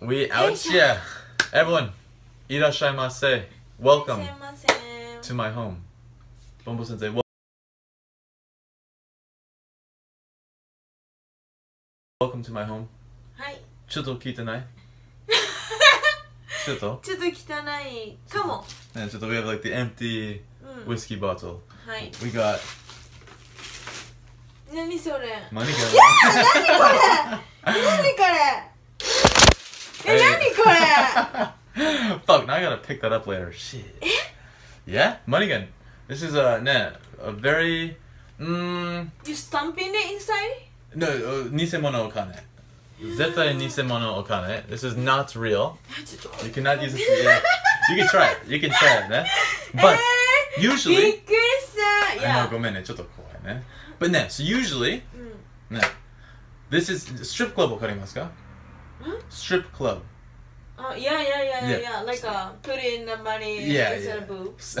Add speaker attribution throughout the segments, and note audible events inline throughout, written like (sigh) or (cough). Speaker 1: We out here. Everyone, irashaimase.
Speaker 2: すい
Speaker 1: Welcome
Speaker 2: ません
Speaker 1: to my home. Bombo sensei, wel- welcome to my home.
Speaker 2: はい
Speaker 1: ちょっと聞いてないちょっと
Speaker 2: ちょっと汚いかも
Speaker 1: And so we have like the empty
Speaker 2: うん
Speaker 1: whiskey bottle.
Speaker 2: はい
Speaker 1: We got
Speaker 2: 何それ
Speaker 1: money
Speaker 2: 何これ
Speaker 1: (laughs)
Speaker 2: 何これえ
Speaker 1: Hey. Eh?
Speaker 2: 何これ
Speaker 1: (laughs) Fuck, now I gotta pick that up later. Shit. yeah, money gun. This is a net. A very. Mmm.
Speaker 2: You stumping it inside?
Speaker 1: No, uh, nisemono okane. Zetai nisemono okane. This is not real.
Speaker 2: あちょっと
Speaker 1: You cannot use this. Yeah. You can try it. You can try it,
Speaker 2: (laughs)
Speaker 1: ne?
Speaker 2: え
Speaker 1: But
Speaker 2: ー
Speaker 1: usually-
Speaker 2: びっくりした
Speaker 1: I know,
Speaker 2: や
Speaker 1: ごめんね、ちょっと怖いね。But ne, so usually,
Speaker 2: うん
Speaker 1: ne, this is strip club わかりますか
Speaker 2: Hmm?
Speaker 1: Strip club.
Speaker 2: あいやいやいやいや
Speaker 1: Yeah.
Speaker 2: いや like a put in the money
Speaker 1: Yeah, yeah.
Speaker 2: inside a boob
Speaker 1: S-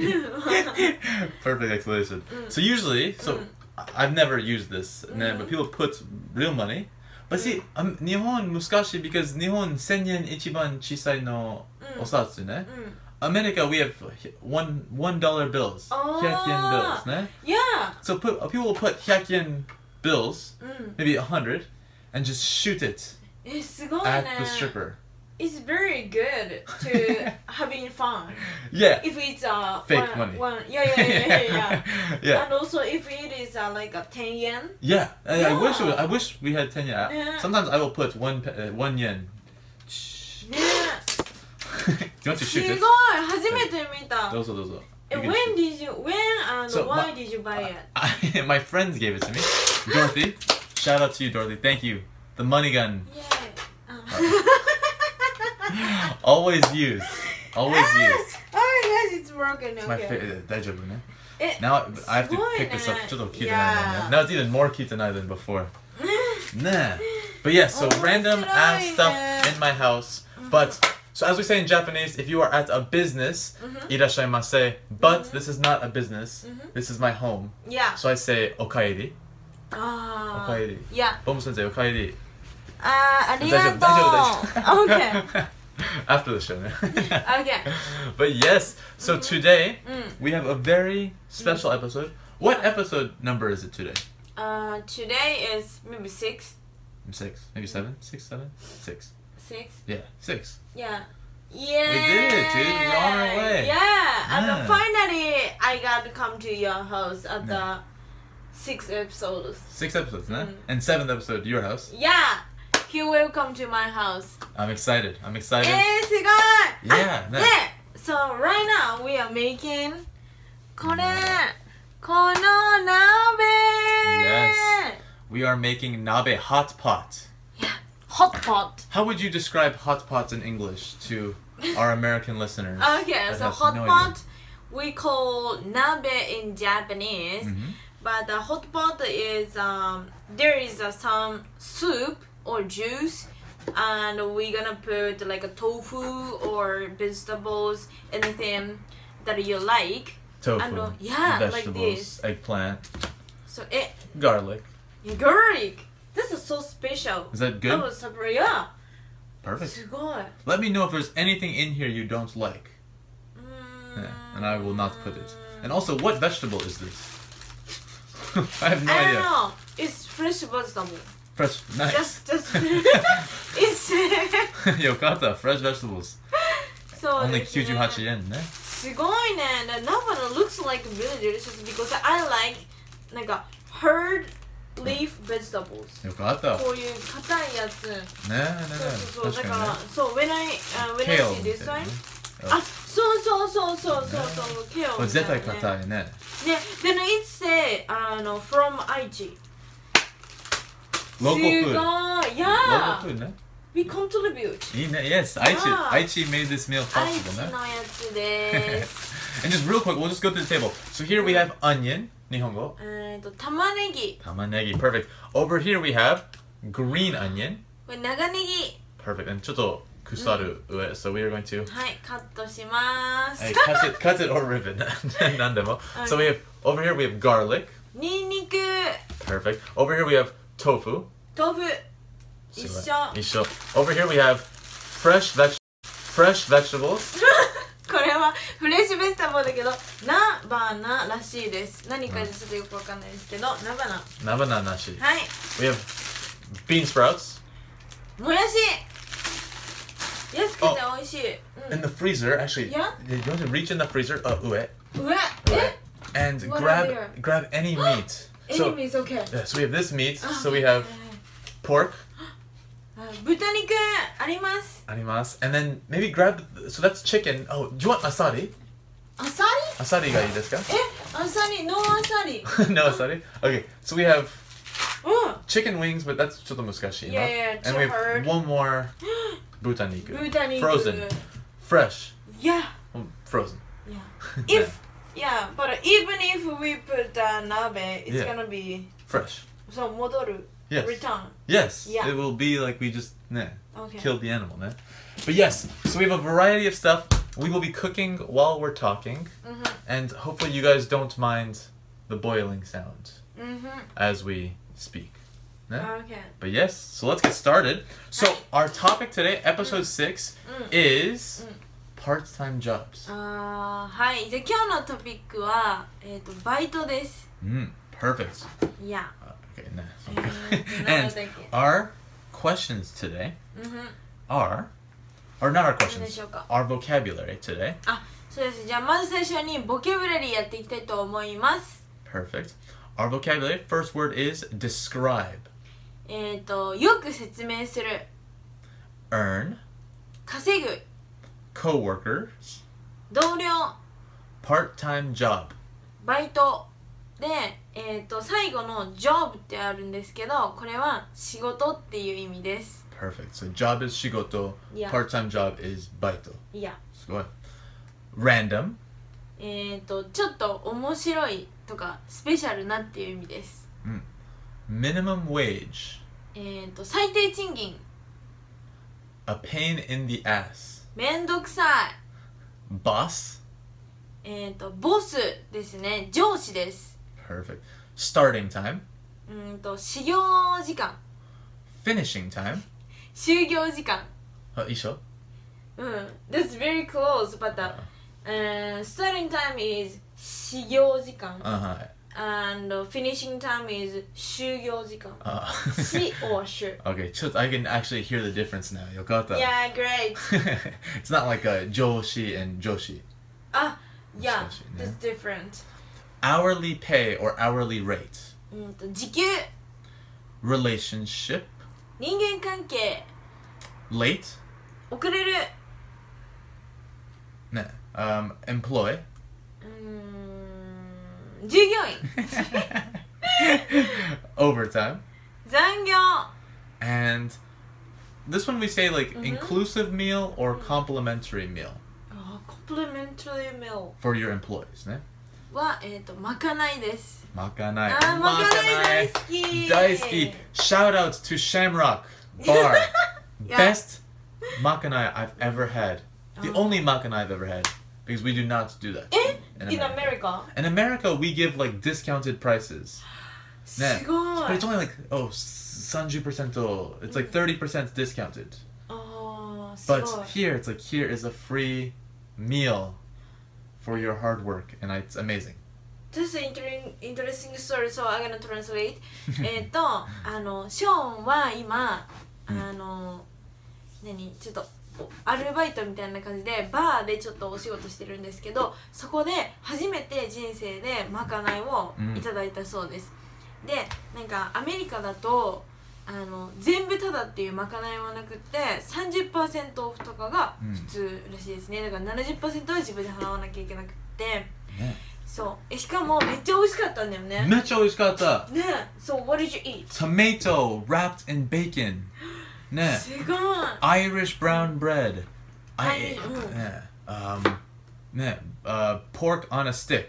Speaker 1: (laughs) Perfect explanation.
Speaker 2: Mm.
Speaker 1: So usually, so
Speaker 2: Mm.
Speaker 1: I- I've never used this, and then-
Speaker 2: Mhm.
Speaker 1: but people put real money. But see,
Speaker 2: Mm.
Speaker 1: um, Nihon muskashi because Nihon senyen ichiban chisai no
Speaker 2: うん
Speaker 1: osatsu ne.
Speaker 2: うん
Speaker 1: America we have one one dollar bills,
Speaker 2: Ah.
Speaker 1: yen bills ne.
Speaker 2: いや
Speaker 1: So put, uh, people will put yen bills,
Speaker 2: うん
Speaker 1: maybe a hundred, and just shoot it
Speaker 2: えすごい
Speaker 1: at
Speaker 2: ね
Speaker 1: the stripper.
Speaker 2: It's very good
Speaker 1: (laughs)
Speaker 2: to having fun
Speaker 1: Yeah,
Speaker 2: if it's a
Speaker 1: Fake
Speaker 2: one,
Speaker 1: money.
Speaker 2: One, yeah, yeah, yeah, yeah, yeah.
Speaker 1: (laughs) yeah.
Speaker 2: And also if it is uh, like a ten yen.
Speaker 1: Yeah, I, I wish it
Speaker 2: Yeah.
Speaker 1: was, I wish we had ten yen. I-
Speaker 2: Yeah.
Speaker 1: Sometimes I will put one pe- uh, one yen. (laughs) Shh.
Speaker 2: Yeah.
Speaker 1: Do you want to
Speaker 2: す
Speaker 1: shoot
Speaker 2: ごい
Speaker 1: it?
Speaker 2: 初めて見た。
Speaker 1: Those are those. are-
Speaker 2: Eh,
Speaker 1: you can
Speaker 2: When
Speaker 1: shoot.
Speaker 2: did you when and
Speaker 1: So,
Speaker 2: why
Speaker 1: my-
Speaker 2: did you buy it?
Speaker 1: I, (laughs) my friends gave it to me. Dorothy, shout out to you, Dorothy. Thank you. The money gun, (gasps)
Speaker 2: Yeah.
Speaker 1: (laughs)
Speaker 2: Um.
Speaker 1: always used, always
Speaker 2: (laughs)
Speaker 1: used.
Speaker 2: Ah, Oh yes, it's broken.
Speaker 1: It's my
Speaker 2: Okay.
Speaker 1: favorite. Dejavu, man.
Speaker 2: Eh,
Speaker 1: Now I- I have to
Speaker 2: Sweet,
Speaker 1: pick this up.
Speaker 2: eh?
Speaker 1: Just a Kitanai,
Speaker 2: Yeah.
Speaker 1: man. uh, Now it's even more Kitanai than before. Nah. But yeah, so
Speaker 2: Oh,
Speaker 1: random
Speaker 2: that's Mm-hmm.
Speaker 1: ass
Speaker 2: right.
Speaker 1: stuff in my house. But so as we say in Japanese, if you are at a business,
Speaker 2: Mhm.
Speaker 1: irashaimase. But
Speaker 2: Mhm.
Speaker 1: this is not a business.
Speaker 2: Mhm.
Speaker 1: This is my home.
Speaker 2: (laughs) Yeah.
Speaker 1: So I say okaeri.
Speaker 2: Ah.
Speaker 1: Okaeri.
Speaker 2: Yeah. Uh,
Speaker 1: Bomu sensei, okaeri.
Speaker 2: あーありがと
Speaker 1: (laughs) 大丈夫、
Speaker 2: う。
Speaker 1: 大丈夫、大丈夫。
Speaker 2: (laughs) Okay.
Speaker 1: After the show, man.
Speaker 2: (laughs) Okay.
Speaker 1: (laughs)
Speaker 2: Mm-hmm. Mm,
Speaker 1: But yes, so today
Speaker 2: うん。
Speaker 1: we have a very
Speaker 2: Mm-hmm.
Speaker 1: special episode. What episode number is it today?
Speaker 2: Uh, today is maybe six,
Speaker 1: Mm, Six, maybe seven, six, seven, six.
Speaker 2: six.
Speaker 1: Yeah, six.
Speaker 2: Yeah. Yeah.
Speaker 1: did it, dude. We're on our way.
Speaker 2: Yeah. And
Speaker 1: Yeah.
Speaker 2: finally, I got to come to your house at the six episodes.
Speaker 1: Six episodes, nah?
Speaker 2: Mm.
Speaker 1: And seventh episode, your house.
Speaker 2: Yeah. He will come to my house.
Speaker 1: I'm excited. I'm excited.
Speaker 2: えー、すごい。
Speaker 1: Yeah,
Speaker 2: あ
Speaker 1: nice.
Speaker 2: で、so right now we are making これ、この鍋。
Speaker 1: Yes. We are making nabe hot pot.
Speaker 2: Hot pot.
Speaker 1: How would you describe hot pots in English to our American listeners?
Speaker 2: (laughs) Okay,
Speaker 1: that
Speaker 2: so
Speaker 1: has
Speaker 2: hot
Speaker 1: no
Speaker 2: pot we call nabe in Japanese,
Speaker 1: Mhm.
Speaker 2: but the hot pot is um, there is uh, some soup or juice, and we're gonna put like a tofu or vegetables, anything that you like.
Speaker 1: Tofu,
Speaker 2: I know. Yeah, like
Speaker 1: vegetables,
Speaker 2: this.
Speaker 1: eggplant,
Speaker 2: So eh, it
Speaker 1: garlic.
Speaker 2: garlic. This is so special.
Speaker 1: Is that
Speaker 2: I
Speaker 1: good?
Speaker 2: was surprised. Yeah,
Speaker 1: Perfect.
Speaker 2: すごい。
Speaker 1: Let me know if there's anything in here you don't like, Yeah, and I will not put it. And
Speaker 2: Mm.
Speaker 1: also, what vegetable is this? (laughs) I have no
Speaker 2: I don't
Speaker 1: idea.
Speaker 2: know. It's fresh vegetable.
Speaker 1: Fresh, nice.
Speaker 2: Just, just. (laughs) it's.
Speaker 1: (laughs)
Speaker 2: (laughs)
Speaker 1: Yokata, fresh vegetables.
Speaker 2: そう
Speaker 1: Only eh?
Speaker 2: ですね
Speaker 1: 98 yen, ne?
Speaker 2: すごいね。The Navana looks like really delicious because I like なんか hard leaf vegetables。
Speaker 1: Yokata.
Speaker 2: こういう硬いやつ。
Speaker 1: ねえねえねえ
Speaker 2: そうそうそう。だ
Speaker 1: 確
Speaker 2: から
Speaker 1: か、
Speaker 2: そう、when I、uh,
Speaker 1: にね
Speaker 2: when I see this one。あ、そうそうそうそうそうそう。ケオ
Speaker 1: これ
Speaker 2: み
Speaker 1: 絶
Speaker 2: たい
Speaker 1: 対
Speaker 2: なね。
Speaker 1: 硬いね
Speaker 2: ね、then it say あの from 愛知。
Speaker 1: ローカルフー
Speaker 2: すご
Speaker 1: ド
Speaker 2: い
Speaker 1: ロー。カ
Speaker 2: Yeah.
Speaker 1: ルフードね
Speaker 2: We contribute.
Speaker 1: いいね Yes 愛知
Speaker 2: あー
Speaker 1: 愛知 made this meal
Speaker 2: 愛知
Speaker 1: possible ね
Speaker 2: のやつです。
Speaker 1: (laughs) And just real quick we'll just go through the table So here we have onion 日本語
Speaker 2: えっと玉ねぎ、
Speaker 1: 玉ねぎ Perfect Over here we have green onion
Speaker 2: これ長ネギ。
Speaker 1: Perfect And ちょっと腐る上 So we are going to
Speaker 2: はい、カットします。
Speaker 1: hey, cut
Speaker 2: (laughs)
Speaker 1: it cut it or ribbon (laughs) 何でも So we have Over here we have garlic
Speaker 2: ニンニク、
Speaker 1: Perfect Over here we have tofu
Speaker 2: 豆腐一
Speaker 1: So,
Speaker 2: 緒 (laughs)
Speaker 1: uh, 一緒. Over here we have fresh veg fresh vegetables.
Speaker 2: これはフレッシュベジタブルだけどナバナらしいです何かちょっとよくわかんないですけどナバナは
Speaker 1: Nabana nashi.
Speaker 2: い
Speaker 1: We have bean sprouts
Speaker 2: もやし安くて
Speaker 1: Oh.
Speaker 2: 美味しい、
Speaker 1: in the freezer. Actually,
Speaker 2: Yeah?
Speaker 1: you want to reach in the freezer, uh, ue,
Speaker 2: うん、うわえ
Speaker 1: and
Speaker 2: What
Speaker 1: grab
Speaker 2: are there?
Speaker 1: grab
Speaker 2: (gasps)
Speaker 1: any meat. so
Speaker 2: Anyways, okay.
Speaker 1: yeah, so we have this meat. So
Speaker 2: Uh-huh.
Speaker 1: we have
Speaker 2: あ
Speaker 1: pork,
Speaker 2: 豚肉あります。
Speaker 1: animas, and then maybe grab. So that's chicken. Oh, do you want asari?
Speaker 2: アサ
Speaker 1: Asari ga ii desu ka? (laughs)
Speaker 2: リ？え、アサリ、ノーアサリ。
Speaker 1: no asari. Okay, so we have (laughs)
Speaker 2: う
Speaker 1: chicken wings, but that's chotto muskashi.
Speaker 2: Yeah, yeah, yeah,
Speaker 1: And we
Speaker 2: too hard.
Speaker 1: have one more butaniku.
Speaker 2: ん、豚肉。
Speaker 1: Frozen. Fresh.
Speaker 2: Yeah.
Speaker 1: Mm, Frozen.
Speaker 2: Yeah.
Speaker 1: Yeah,
Speaker 2: If yeah, but even if we put a nabe, it's
Speaker 1: Yeah.
Speaker 2: gonna be
Speaker 1: fresh.
Speaker 2: so 戻る
Speaker 1: Yes.
Speaker 2: return.
Speaker 1: Yes.
Speaker 2: Yeah.
Speaker 1: It will be like we just nah,
Speaker 2: Okay.
Speaker 1: killed the animal, nah. But yes, so we have a variety of stuff. We will be cooking while we're talking,
Speaker 2: うんふん
Speaker 1: and hopefully you guys don't mind the boiling sound
Speaker 2: うんふん
Speaker 1: as we speak. Nah?
Speaker 2: Okay.
Speaker 1: But yes, so let's get started. So
Speaker 2: Hi.
Speaker 1: our topic today, episode six,
Speaker 2: Mm.
Speaker 1: is
Speaker 2: Mm.
Speaker 1: part-time jobs.
Speaker 2: あーはい。じゃあ今日のトピックはえっとバイトです。
Speaker 1: Mm, perfect.
Speaker 2: Yeah.
Speaker 1: Uh, Okay, nah. (laughs)
Speaker 2: Mm, Uh. no,
Speaker 1: and
Speaker 2: thank you.
Speaker 1: our questions today
Speaker 2: うんふん。
Speaker 1: are, or not our
Speaker 2: 何で
Speaker 1: questions,
Speaker 2: しょうか。
Speaker 1: our vocabulary today.
Speaker 2: そうです。じゃあまず最初にボキャブラリーやっていきたいと思います。
Speaker 1: Perfect. Our vocabulary first word is describe,
Speaker 2: えっ、とよく説明する、
Speaker 1: earn,
Speaker 2: 稼ぐ、
Speaker 1: coworker,
Speaker 2: 同僚、
Speaker 1: part-time job.
Speaker 2: バイトでえっ、と最後のジョブってあるんですけど、これは仕事っていう意味です。
Speaker 1: Perfect. So job is shigoto,
Speaker 2: いや
Speaker 1: part-time job is baito.
Speaker 2: いや。
Speaker 1: Sugoi. Random,
Speaker 2: えっ、とちょっと面白いとかスペシャルなっていう意味です。
Speaker 1: minimum wage,
Speaker 2: えっ、と最低賃金、
Speaker 1: a pain in the ass,
Speaker 2: めんどくさ
Speaker 1: boss.
Speaker 2: い。えっ、とボスですね、上司です。
Speaker 1: Perfect. Starting time,
Speaker 2: うーんと始業時間、
Speaker 1: finishing time.
Speaker 2: 就業時間。
Speaker 1: Uh, isho.
Speaker 2: うん、That's very close, but the、uh, starting time is 始業時間
Speaker 1: Uh-huh.
Speaker 2: and finishing time is 終業時間。
Speaker 1: Uh, (laughs)
Speaker 2: し or 終。
Speaker 1: okay, just, I can actually hear the difference now. Yokata.
Speaker 2: Yeah, great.
Speaker 1: (laughs) it's not like uh, Joshi and Joshi.
Speaker 2: あ、yeah,
Speaker 1: 少しね
Speaker 2: that's different.
Speaker 1: Hourly pay or hourly rate.
Speaker 2: うんと時給、
Speaker 1: Relationship.
Speaker 2: 人間関係、
Speaker 1: Late.
Speaker 2: 遅れる。
Speaker 1: No. Um, employ.
Speaker 2: うーん、従業 (laughs) 員、
Speaker 1: Overtime.
Speaker 2: 残業、
Speaker 1: And this one we say like inclusive meal or complimentary meal
Speaker 2: コンプリメントリーメ
Speaker 1: for your employees. Ne?
Speaker 2: ルは、えっ、と、まかないです。
Speaker 1: Makanai.
Speaker 2: あー、まかない大好き。 (laughs)
Speaker 1: Daisuki. Shout out to Shamrock Bar.
Speaker 2: Yeah.
Speaker 1: Best makanai I've ever had. The
Speaker 2: Oh.
Speaker 1: only makanai I've ever had. Because we do not do that.
Speaker 2: え
Speaker 1: in
Speaker 2: In
Speaker 1: America.
Speaker 2: America?
Speaker 1: In America, we give like discounted prices.
Speaker 2: す
Speaker 1: ね
Speaker 2: ご
Speaker 1: But
Speaker 2: い
Speaker 1: it's。only like, oh, 30% or it's like 30% discounted.
Speaker 2: ああ、すごい
Speaker 1: But。here, it's like, here is a free meal for your hard work. And I, it's amazing.
Speaker 2: This is an inter- interesting story, so I'm gonna translate. (laughs) え
Speaker 1: (laughs)
Speaker 2: っと、あの、ショーンは今、
Speaker 1: うん
Speaker 2: あの、何ちょっと。おアルバイトみたいな感じでバーでちょっとお仕事してるんですけどそこで初めて人生でまかないをいただいたそうです、でなんかアメリカだとあの全部タダっていうまかないはなくって30%オフとかが普通らしいですね、だから70%は自分で払わなきゃいけなくって、
Speaker 1: ね
Speaker 2: そうえしかもめっちゃ美味しかったんだよね
Speaker 1: Mecho
Speaker 2: ねそう What did you eat?
Speaker 1: Tomato wrapped in bacon. ね
Speaker 2: すごい
Speaker 1: Irish brown bread. I ate.
Speaker 2: Irish- ooh.
Speaker 1: Yeah. Um, yeah. Uh, pork on a stick.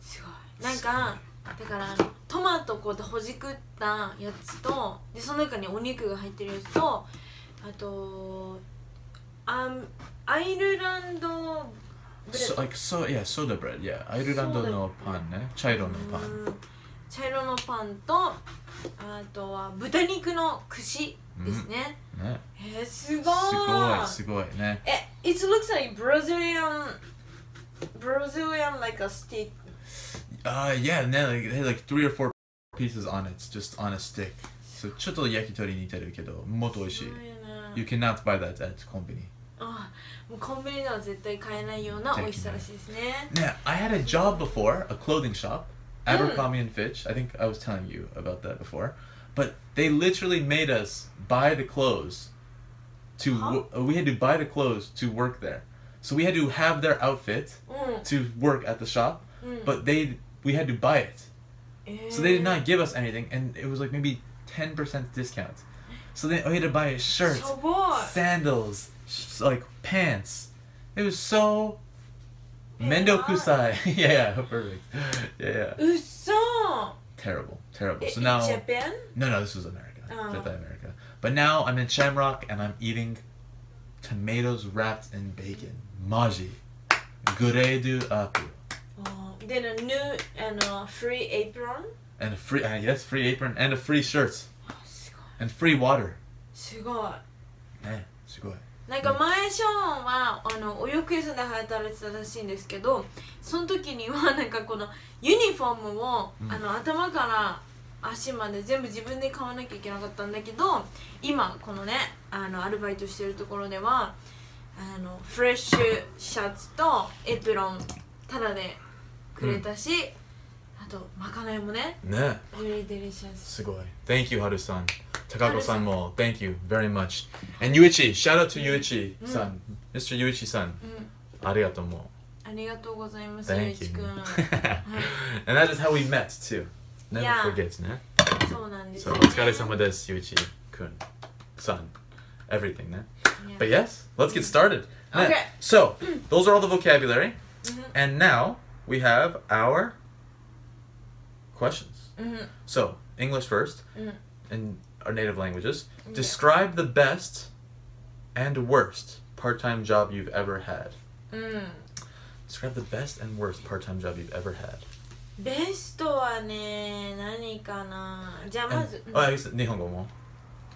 Speaker 2: すごいなんかだからあのトマトこうでほじくったやつとでその中にお肉が入ってるやつとあとあんアイルランドブレ
Speaker 1: So,
Speaker 2: ッド
Speaker 1: like so, yeah, soda bread. Yeah, Airulando
Speaker 2: Soda
Speaker 1: no pan, ne? Chairo no
Speaker 2: う
Speaker 1: pan.
Speaker 2: ん茶色のパンとあとは豚肉の串ですね、
Speaker 1: ね
Speaker 2: えー、すごい
Speaker 1: すごいすごいね
Speaker 2: it, it looks like Brazilian Brazilian like a steak
Speaker 1: Uh, yeah, no, like, they had like three or four pieces on it, just on a stick. So, ちょっと焼き鳥似てるけど、もっと美味しい。You
Speaker 2: ね
Speaker 1: cannot buy that at company.
Speaker 2: あもうコンビニでは絶対買えないような美味しさらしいですね
Speaker 1: Now, I had a job before, a clothing shop,
Speaker 2: Mm.
Speaker 1: Abercrombie and Fitch. I think I was telling you about that before. But they literally made us buy the clothes to
Speaker 2: Huh?
Speaker 1: wo- we had to buy the clothes to work there. So we had to have their outfit
Speaker 2: う
Speaker 1: to work at the shop,
Speaker 2: ん、うん
Speaker 1: but they we had to buy it.
Speaker 2: えー
Speaker 1: So they did not give us anything, and it was like maybe ten percent discount. So then we had to buy a shirt,
Speaker 2: しょぼい
Speaker 1: sandals, sh- like pants. It was so mendo kusai. (laughs) yeah, yeah, perfect. Yeah, yeah.
Speaker 2: うっそ
Speaker 1: Terrible, terrible.
Speaker 2: え
Speaker 1: So now,
Speaker 2: ジャパン
Speaker 1: no, no, this was America,
Speaker 2: Oh.
Speaker 1: Japan, America. But now I'm in Shamrock and I'm eating tomatoes wrapped in bacon, maji, guredu apu,
Speaker 2: あー Then a new あの free apron
Speaker 1: and a free uh, yes, free apron and a free shirt
Speaker 2: あすごい
Speaker 1: and free water.
Speaker 2: すごい
Speaker 1: Man, sugoi.
Speaker 2: なんか前ショーンはあのお洋服屋さんで働いてたらしいんですけどその時にはなんかこのユニフォームを、
Speaker 1: うん
Speaker 2: あの頭から足まで全部自分で買わなきゃいけなかったんだけど今このねあのアルバイトしてるところではあのフレッシュシャツとエプロンタダでくれたし、あとまかないもね
Speaker 1: Nah.
Speaker 2: ベリーデリシャス
Speaker 1: Sugoi. Thank you, Haru-san. Takako-san mo. Thank you very much. And Yuichi. Shout out to
Speaker 2: Mm.
Speaker 1: Yuichi-san. Mr. Yuichi-san.
Speaker 2: うん
Speaker 1: arigato mo.
Speaker 2: ありがとうございますゆうい
Speaker 1: Thank
Speaker 2: ち
Speaker 1: you.
Speaker 2: く
Speaker 1: (laughs)
Speaker 2: ん
Speaker 1: and that is how we met, too. Never
Speaker 2: Yeah.
Speaker 1: forget, ne?
Speaker 2: そうなんです
Speaker 1: So,
Speaker 2: よ
Speaker 1: otsukaresama desu, Yuichi-kun. San. Everything, ne?
Speaker 2: Yeah.
Speaker 1: But yes, let's get started. Ne?
Speaker 2: Okay.
Speaker 1: So, those are all the vocabulary.
Speaker 2: Mhm.
Speaker 1: And now, we have our questions.
Speaker 2: うん
Speaker 1: So, English first,
Speaker 2: Mhm.
Speaker 1: in our native languages. Describe the best and worst part time job you've ever had.
Speaker 2: うん、
Speaker 1: Describe the best and worst part time job you've ever had.
Speaker 2: ベストはね何かなじゃあ
Speaker 1: And-
Speaker 2: まず、うん
Speaker 1: oh, I guess Nihongo mo.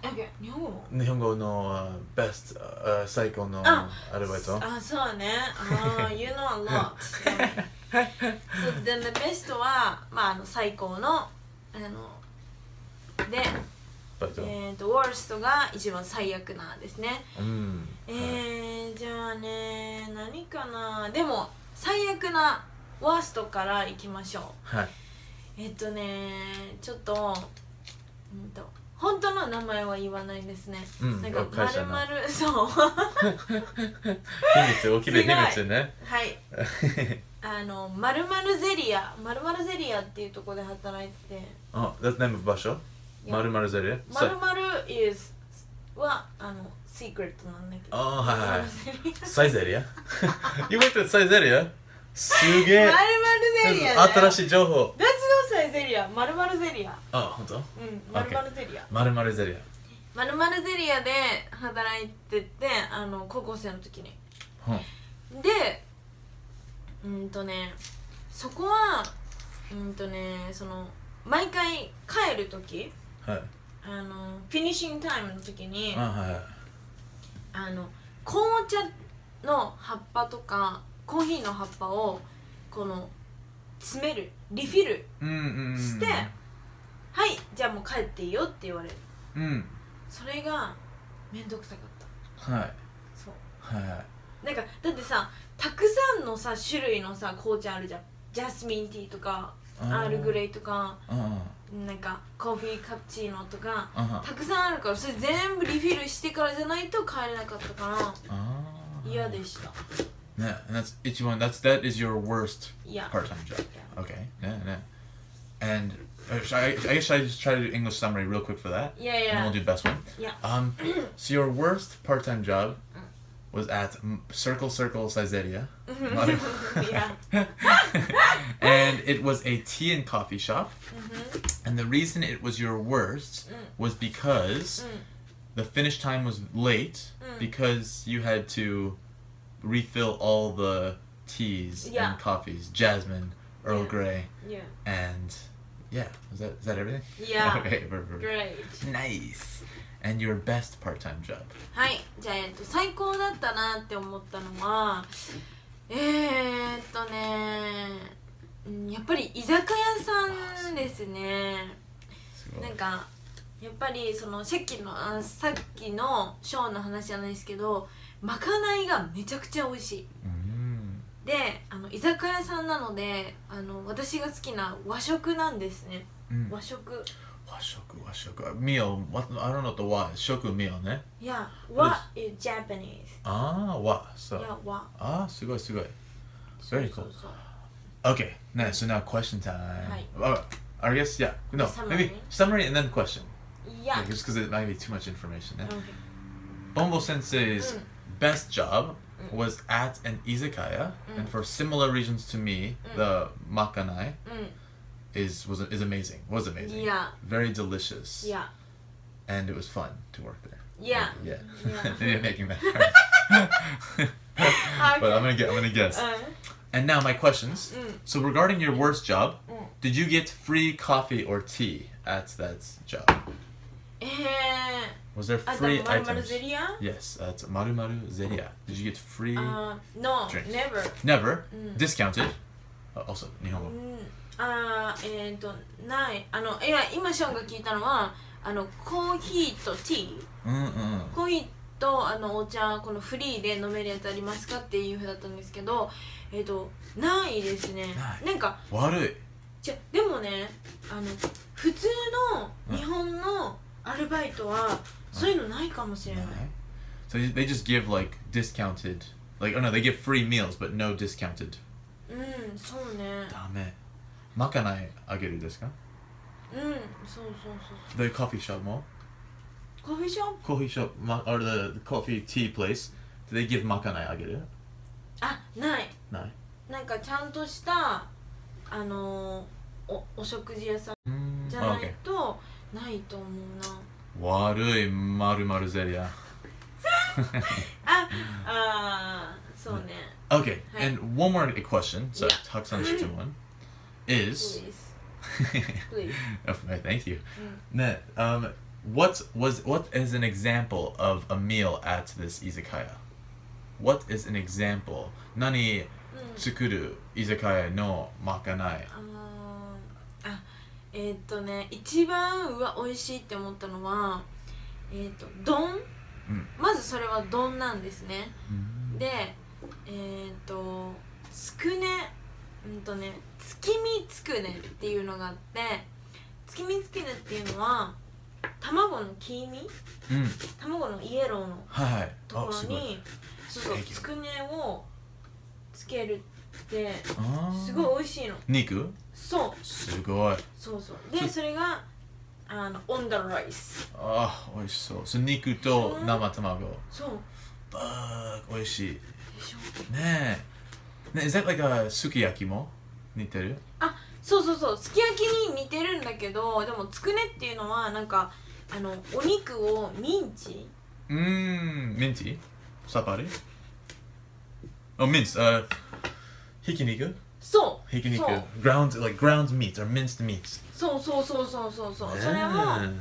Speaker 2: オッケー日本語も
Speaker 1: Nihongo no uh, best uh, saiko no
Speaker 2: Ah.
Speaker 1: arubaito.
Speaker 2: あそうねああ (laughs) you know
Speaker 1: (laughs)
Speaker 2: a lot so then the best はまああの最高のあので
Speaker 1: Baito.
Speaker 2: えっ、ー、と worst が一番最悪なですね
Speaker 1: Mm.
Speaker 2: えー、じゃあね何かなでも最悪なワーストからいきましょう (laughs)
Speaker 1: Hi.
Speaker 2: えっとねちょっと,、うん、と本当の名前は言わないですね、
Speaker 1: うん
Speaker 2: なんか
Speaker 1: あ会社の
Speaker 2: まるま (laughs) る
Speaker 1: (laughs)
Speaker 2: そうは
Speaker 1: Himitsu, okibe
Speaker 2: すごい。
Speaker 1: himitsu ne. (laughs)
Speaker 2: いあのまるまるゼリアまるまるゼリアっていうところで働いてて
Speaker 1: oh, that's the name of basho.
Speaker 2: いや
Speaker 1: Marumaru zeru.
Speaker 2: まるまる is はあの secret なんだけど
Speaker 1: Oh,
Speaker 2: まるま
Speaker 1: hi.
Speaker 2: るゼリ
Speaker 1: Saizeria? (laughs) you worked at Saizeria?
Speaker 2: ア
Speaker 1: すげえ
Speaker 2: (laughs) まるまるゼリアだよ
Speaker 1: 新しい情報
Speaker 2: That's not サイゼリアまるまるゼリア
Speaker 1: あ、本当
Speaker 2: うん
Speaker 1: Okay
Speaker 2: まるまるゼリア
Speaker 1: まるまるゼリア
Speaker 2: まるまるゼリアで働いててあの高校生の時にでうんとねそこはうんとねその毎回帰る時あのフィニッシングタイムの時に
Speaker 1: Ah,
Speaker 2: あの紅茶の葉っぱとかコーヒーの葉っぱをこの詰めるリフィル
Speaker 1: Mm,
Speaker 2: してはいじゃあもう帰っていいよって言われる
Speaker 1: Mm.
Speaker 2: それがめんどくさかったそうなんかだってさたくさんのさ種類のさ紅茶あるじゃんジャスミンティーとか
Speaker 1: Ah.
Speaker 2: アールグレイとかなんかコーヒーカプチーノとか
Speaker 1: Uh-huh.
Speaker 2: たくさんあるからそれ全部リフィルしてからじゃないと帰れなかったから嫌でした
Speaker 1: ね、and that's each one. That's that is your worst
Speaker 2: いや
Speaker 1: part-time job. Okay. Yeah, yeah. And uh, should I, I guess should I just try to do English summary real quick for that,
Speaker 2: いやい
Speaker 1: and then
Speaker 2: や
Speaker 1: we'll do best one.
Speaker 2: Yeah. (clears throat)
Speaker 1: Um. So your worst part-time job was at M- Circle Circle Saizeria.
Speaker 2: Mm-hmm. (laughs) いや
Speaker 1: (laughs) and it was a tea and coffee shop. And the reason it was your worst was because
Speaker 2: Mm.
Speaker 1: the finish time was late
Speaker 2: Mm.
Speaker 1: because you had to refill all the teas
Speaker 2: Yeah.
Speaker 1: and coffees, jasmine, Earl
Speaker 2: Yeah.
Speaker 1: Grey,
Speaker 2: いや
Speaker 1: and Yeah. Is that is that everything? (laughs)
Speaker 2: Yeah.
Speaker 1: okay. Perfect.
Speaker 2: Great.
Speaker 1: Nice. And your best part-time job.
Speaker 2: はいじゃあ、えっと、最高だったなって思ったのはえー、っとねうんやっぱり居酒屋さんですね
Speaker 1: すごい
Speaker 2: なんかやっぱりそのさっきのあさっきのショーの話じゃないですけどまかないがめちゃくちゃ美味しい
Speaker 1: うん。
Speaker 2: であの居酒屋さんなのであの私が好きな和食なんですね
Speaker 1: うん
Speaker 2: 和食
Speaker 1: 和食和食メオ what I don't know the what 食メオね
Speaker 2: いや和 is Japanese
Speaker 1: ああ和そ
Speaker 2: いや和
Speaker 1: ああすごいすごい Very cool
Speaker 2: そうそう
Speaker 1: okay nice so now question time
Speaker 2: はい
Speaker 1: Alright. I guess yeah no
Speaker 2: Summary.
Speaker 1: maybe summary and then question
Speaker 2: そういや
Speaker 1: yeah, just because it might be too much information eh?
Speaker 2: OK
Speaker 1: Bombo Sensei's
Speaker 2: Mm.
Speaker 1: best job
Speaker 2: Mm.
Speaker 1: was at an izakaya and
Speaker 2: Mm.
Speaker 1: for similar reasons to me
Speaker 2: Mm.
Speaker 1: the makanai
Speaker 2: う
Speaker 1: is was is amazing was
Speaker 2: ん
Speaker 1: amazing
Speaker 2: いや
Speaker 1: very delicious
Speaker 2: いや
Speaker 1: and it was fun to work there
Speaker 2: いや
Speaker 1: (laughs) Yeah.
Speaker 2: Yeah.
Speaker 1: Maybe I'm making that hard. but I'm gonna get. I'm gonna guess.
Speaker 2: う
Speaker 1: And now my questions.
Speaker 2: んうん
Speaker 1: So regarding your worst job,
Speaker 2: Mm.
Speaker 1: did you get free coffee or tea at that job?
Speaker 2: えー
Speaker 1: Was there
Speaker 2: あと
Speaker 1: free
Speaker 2: まるまる
Speaker 1: items?
Speaker 2: ゼリア
Speaker 1: Yes, at Maru Maru Zeria. Did you get free?
Speaker 2: あー No
Speaker 1: Drinks.
Speaker 2: never
Speaker 1: Never.
Speaker 2: Uh, Mm.
Speaker 1: Discounted. Uh, also,
Speaker 2: う
Speaker 1: Nihongo.
Speaker 2: んあーえっとないあのいや今ショーンが聞いたのはあのコーヒーとティー
Speaker 1: Mm, mm, mm.
Speaker 2: コーヒーとあのお茶このフリーで飲めるやつありますかっていうふうだったんですけどえっ、とないですね
Speaker 1: ない
Speaker 2: なんか
Speaker 1: 悪い。
Speaker 2: じゃでもねあの普通の日本のアルバイトはそういうのないかもしれない
Speaker 1: So they just give like discounted, like oh no, they give free meals but no discounted.
Speaker 2: うんそうね
Speaker 1: Dame. Makanai ageru desu ka?
Speaker 2: うんそうそうそうそ
Speaker 1: The coffee shop more.
Speaker 2: うコーヒーショップ
Speaker 1: coffee shop ma- or the, the coffee tea place, do they give makanai agere?
Speaker 2: あない
Speaker 1: ない
Speaker 2: なんかちゃんとしたあのーおお食事屋さん
Speaker 1: Mm.
Speaker 2: じゃ
Speaker 1: Oh,
Speaker 2: な
Speaker 1: okay.
Speaker 2: いとないと思うな
Speaker 1: Warui maru maru
Speaker 2: (laughs)
Speaker 1: zeria.
Speaker 2: ああーそうね
Speaker 1: Okay,
Speaker 2: Hi.
Speaker 1: and one more question. So,
Speaker 2: Yeah.
Speaker 1: Taksan Shichimon is.
Speaker 2: please
Speaker 1: oh, (laughs)
Speaker 2: please
Speaker 1: my, thank you.
Speaker 2: Mm.
Speaker 1: Ne, um, what was what is an example of a meal at this izakaya? What is an example? Nani
Speaker 2: うん
Speaker 1: tsukuru izakaya no makanai?
Speaker 2: あーあえーっとね一番うわ美味しいって思ったのはえーっと丼、
Speaker 1: うん
Speaker 2: まずそれは丼なんですね
Speaker 1: Mm.
Speaker 2: でえーっとつくねうんとね月見つくねっていうのがあって月見つくねっていうのは卵の黄身
Speaker 1: Mm.
Speaker 2: 卵のイエローの
Speaker 1: Hi.
Speaker 2: と
Speaker 1: Oh,
Speaker 2: ころ
Speaker 1: sugoi.
Speaker 2: にそうそう
Speaker 1: Thank you.
Speaker 2: つくねをつけるってす
Speaker 1: Ah.
Speaker 2: ごい美味しいの
Speaker 1: Niku?
Speaker 2: そう
Speaker 1: すごい。
Speaker 2: そうそうでそれがあのオンダライス
Speaker 1: ああ、美味しそう。そう肉と生卵。
Speaker 2: そう
Speaker 1: バー美味しい。
Speaker 2: でしょ
Speaker 1: ねえ。ね、is that like a すき焼きも似てる
Speaker 2: そうそうそうすき焼きに似てるんだけどでもつくねっていうのはなんかあのお肉をミンチ
Speaker 1: うーん、ミンチさっぱりあ、ミンチ、あ、ひき肉
Speaker 2: そ
Speaker 1: ひき肉
Speaker 2: そう。
Speaker 1: ground, like ground meat or minced meat.
Speaker 2: うそうそうそうそうそうそうそれも
Speaker 1: ね
Speaker 2: なん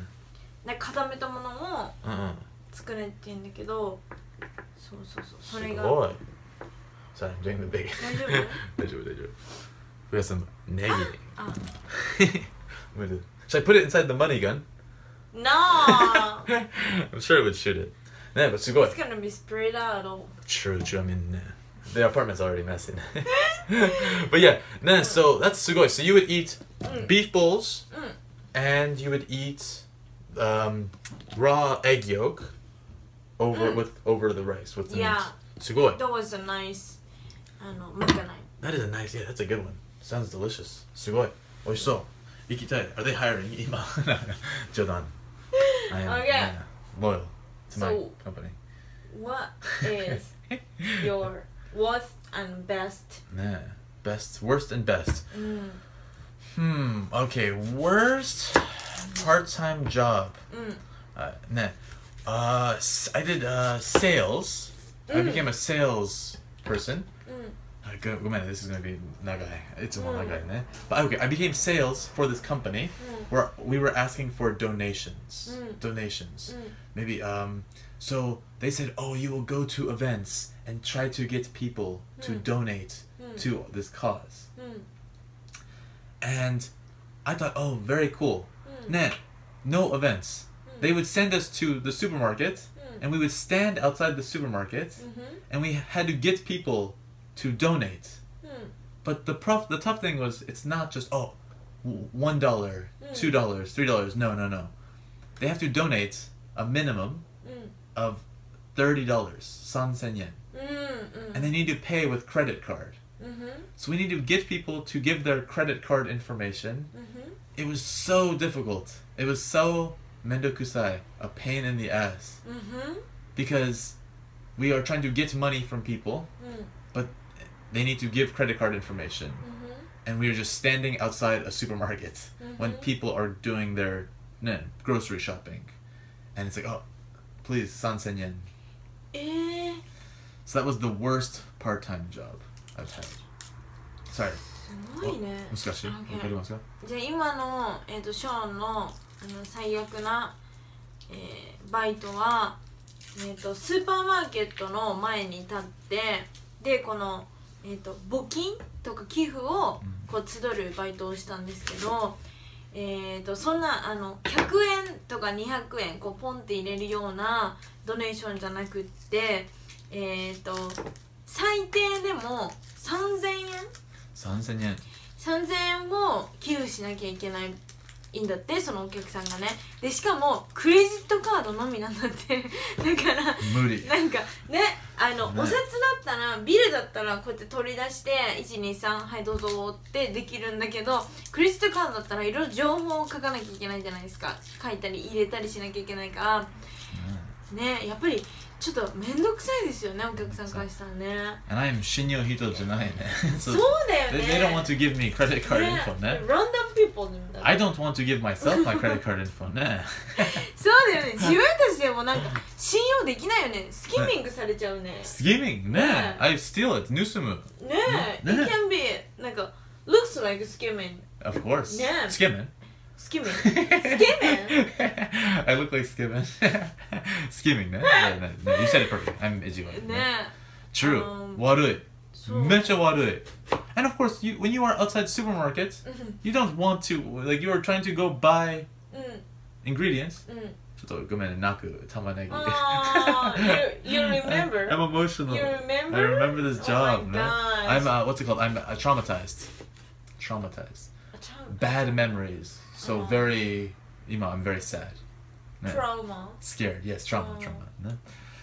Speaker 2: か固めたものを
Speaker 1: えうんうん。
Speaker 2: つくねって言うんだけどそうそうそうそれ
Speaker 1: す
Speaker 2: が
Speaker 1: ごい。Sorry, I'm doing the big.
Speaker 2: 大丈
Speaker 1: (laughs)
Speaker 2: 夫
Speaker 1: 大丈夫、大丈夫。We got some ネギ。
Speaker 2: あ
Speaker 1: What is it? Should I put it inside the money gun?
Speaker 2: (laughs)
Speaker 1: (laughs)
Speaker 2: なあ
Speaker 1: I'm sure it would shoot it. Yeah, but すごい
Speaker 2: It's。gonna be spread out
Speaker 1: True, true. I mean, uh, the apartment's already messy. (laughs) but yeah, nah, so that's sugoi. So you would eat
Speaker 2: Mm.
Speaker 1: beef bowls,
Speaker 2: Mm.
Speaker 1: and you would eat um, raw egg yolk over
Speaker 2: Mm.
Speaker 1: with over the rice with the
Speaker 2: Yeah.
Speaker 1: meat. Sugoi.
Speaker 2: That was a nice あのまかない
Speaker 1: That is a nice. Yeah, that's a good one. Sounds delicious. Sugoi. Oisho. Ikitai. Are they hiring? Ima. (laughs)
Speaker 2: (laughs)
Speaker 1: Jodan. I am
Speaker 2: Okay.
Speaker 1: yeah, loyal to
Speaker 2: Oh, So-
Speaker 1: my company.
Speaker 2: What is your worst and best?
Speaker 1: (laughs) Nah. Best, worst, and best.
Speaker 2: うん、
Speaker 1: Hmm. Okay. Worst part-time job.
Speaker 2: うん、
Speaker 1: Uh, nah. Uh, s- I did uh, sales. I
Speaker 2: Mm.
Speaker 1: became a sales person, Uh,
Speaker 2: うん、
Speaker 1: Go, go man, this is gonna be nagai. It's more nagai, ne? But okay, I became sales for this company where we were asking for donations. Donations. Maybe um so they said, Oh, you will go to events and try to get people to donate to this cause. And I thought, oh, very cool. Ne, no events. They would send us to the supermarket and we would stand outside the supermarket and we had to get people to donate. But the prof- the tough thing was it's not just oh, w- one dollar, two dollars, three dollars. No, no, no. They have to donate a minimum of thirty dollars, san sen yen, and they need to pay with credit card. So we need to get people to give their credit card information. It was so difficult. It was so mendokusai, a pain in the ass,
Speaker 2: Mm.
Speaker 1: because we are trying to get money from people, but they need to give credit card information.
Speaker 2: Mm.
Speaker 1: And we are just standing outside a supermarket when people are doing their no, grocery shopping. And it's like, oh, please, san sen yen.
Speaker 2: えー、
Speaker 1: So that was the worst part time job I've had. Sorry.
Speaker 2: すごいね。
Speaker 1: 難しい。
Speaker 2: Okay.
Speaker 1: わかりますか？
Speaker 2: じゃあ今の、えー、とショーンのあの最悪な、えーバイトは、えー、とスーパーマーケットの前に立ってでこの、えー、と募金とか寄付をこう集るバイトをしたんですけど、えー、とそんなあの100円とか200円こうポンって入れるようなドネーションじゃなくって、えー、と最低でも3000円
Speaker 1: 3000円。
Speaker 2: 3000円を寄付しなきゃいけないいいんだってそのお客さんがねでしかもクレジットカードのみなんだって (laughs) だから
Speaker 1: 無理。
Speaker 2: なんかねあの、
Speaker 1: ね
Speaker 2: お札だったらビルだったらこうやって取り出して123はいどうぞってできるんだけどクレジットカードだったらいろいろ情報を書かなきゃいけないじゃないですか書いたり入れたりしなきゃいけないからねやっぱりちょっと面倒くさいですよねお客さんからしたらね
Speaker 1: And I am Shinyo Hito Janai. (laughs)
Speaker 2: そ
Speaker 1: so
Speaker 2: うだよ
Speaker 1: they,
Speaker 2: ね
Speaker 1: they don't want to give me credit card info.
Speaker 2: ね
Speaker 1: Ne?
Speaker 2: ランダムピーポーみたいな
Speaker 1: I don't want to give myself my credit card info.
Speaker 2: (laughs)
Speaker 1: Ne?
Speaker 2: そうだよね自分たちでもなんか信用できないよねスキミングされちゃうねね
Speaker 1: Scheming. Ne?
Speaker 2: Yeah.
Speaker 1: I steal it. Nusumu.
Speaker 2: え、
Speaker 1: ね
Speaker 2: It can be なんか looks like skimming
Speaker 1: Of course.
Speaker 2: Yeah.
Speaker 1: Skimming.
Speaker 2: skimming
Speaker 1: (laughs)
Speaker 2: skimming
Speaker 1: I look like skimming. (laughs) skimming. Ne? Yeah, ne, ne. You said it perfect. I'm Ijiwa.
Speaker 2: ね
Speaker 1: ne? True.
Speaker 2: Um,
Speaker 1: 悪い。
Speaker 2: そう
Speaker 1: めっちゃ悪い。And of course, you, when you are outside supermarkets,
Speaker 2: Mm.
Speaker 1: you don't want to like you are trying to go buy
Speaker 2: うん
Speaker 1: ingredients.
Speaker 2: うん
Speaker 1: ちょっとごめんね、なく玉ねぎ。
Speaker 2: あー you, you
Speaker 1: (laughs)
Speaker 2: remember
Speaker 1: I'm emotional.
Speaker 2: you remember
Speaker 1: I remember this job.
Speaker 2: oh my
Speaker 1: no?
Speaker 2: gosh.
Speaker 1: I'm uh, what's it called? I'm uh, traumatized. Traumatized. Bad memories. So
Speaker 2: Oh.
Speaker 1: very, you know, I'm very sad. No.
Speaker 2: trauma
Speaker 1: Scared. Yes, trauma,
Speaker 2: Oh.
Speaker 1: trauma. No? (laughs)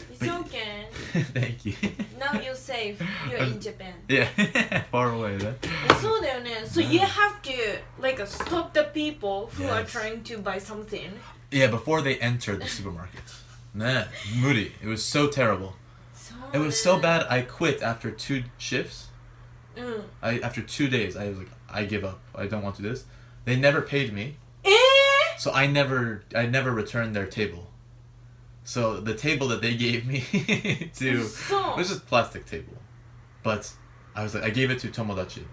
Speaker 2: it's
Speaker 1: But-
Speaker 2: okay
Speaker 1: Thank you.
Speaker 2: now (laughs) you're safe you're in Japan
Speaker 1: (laughs) yeah, (laughs) far away. Then.
Speaker 2: そうだよね so you have to like stop the people who are
Speaker 1: Yes.
Speaker 2: trying to buy something
Speaker 1: Yeah, before they entered the supermarket. Nah, moody. It was so terrible.
Speaker 2: そ
Speaker 1: It
Speaker 2: う
Speaker 1: was so bad. I quit after two shifts.
Speaker 2: うん
Speaker 1: I after two days, I was like, I give up. I don't want to do this. They never paid me,
Speaker 2: ええ
Speaker 1: so I never, I never returned their table. So the table that they gave me (laughs) to
Speaker 2: So-
Speaker 1: it was just plastic table, but I was like, I gave it to Tomodachi.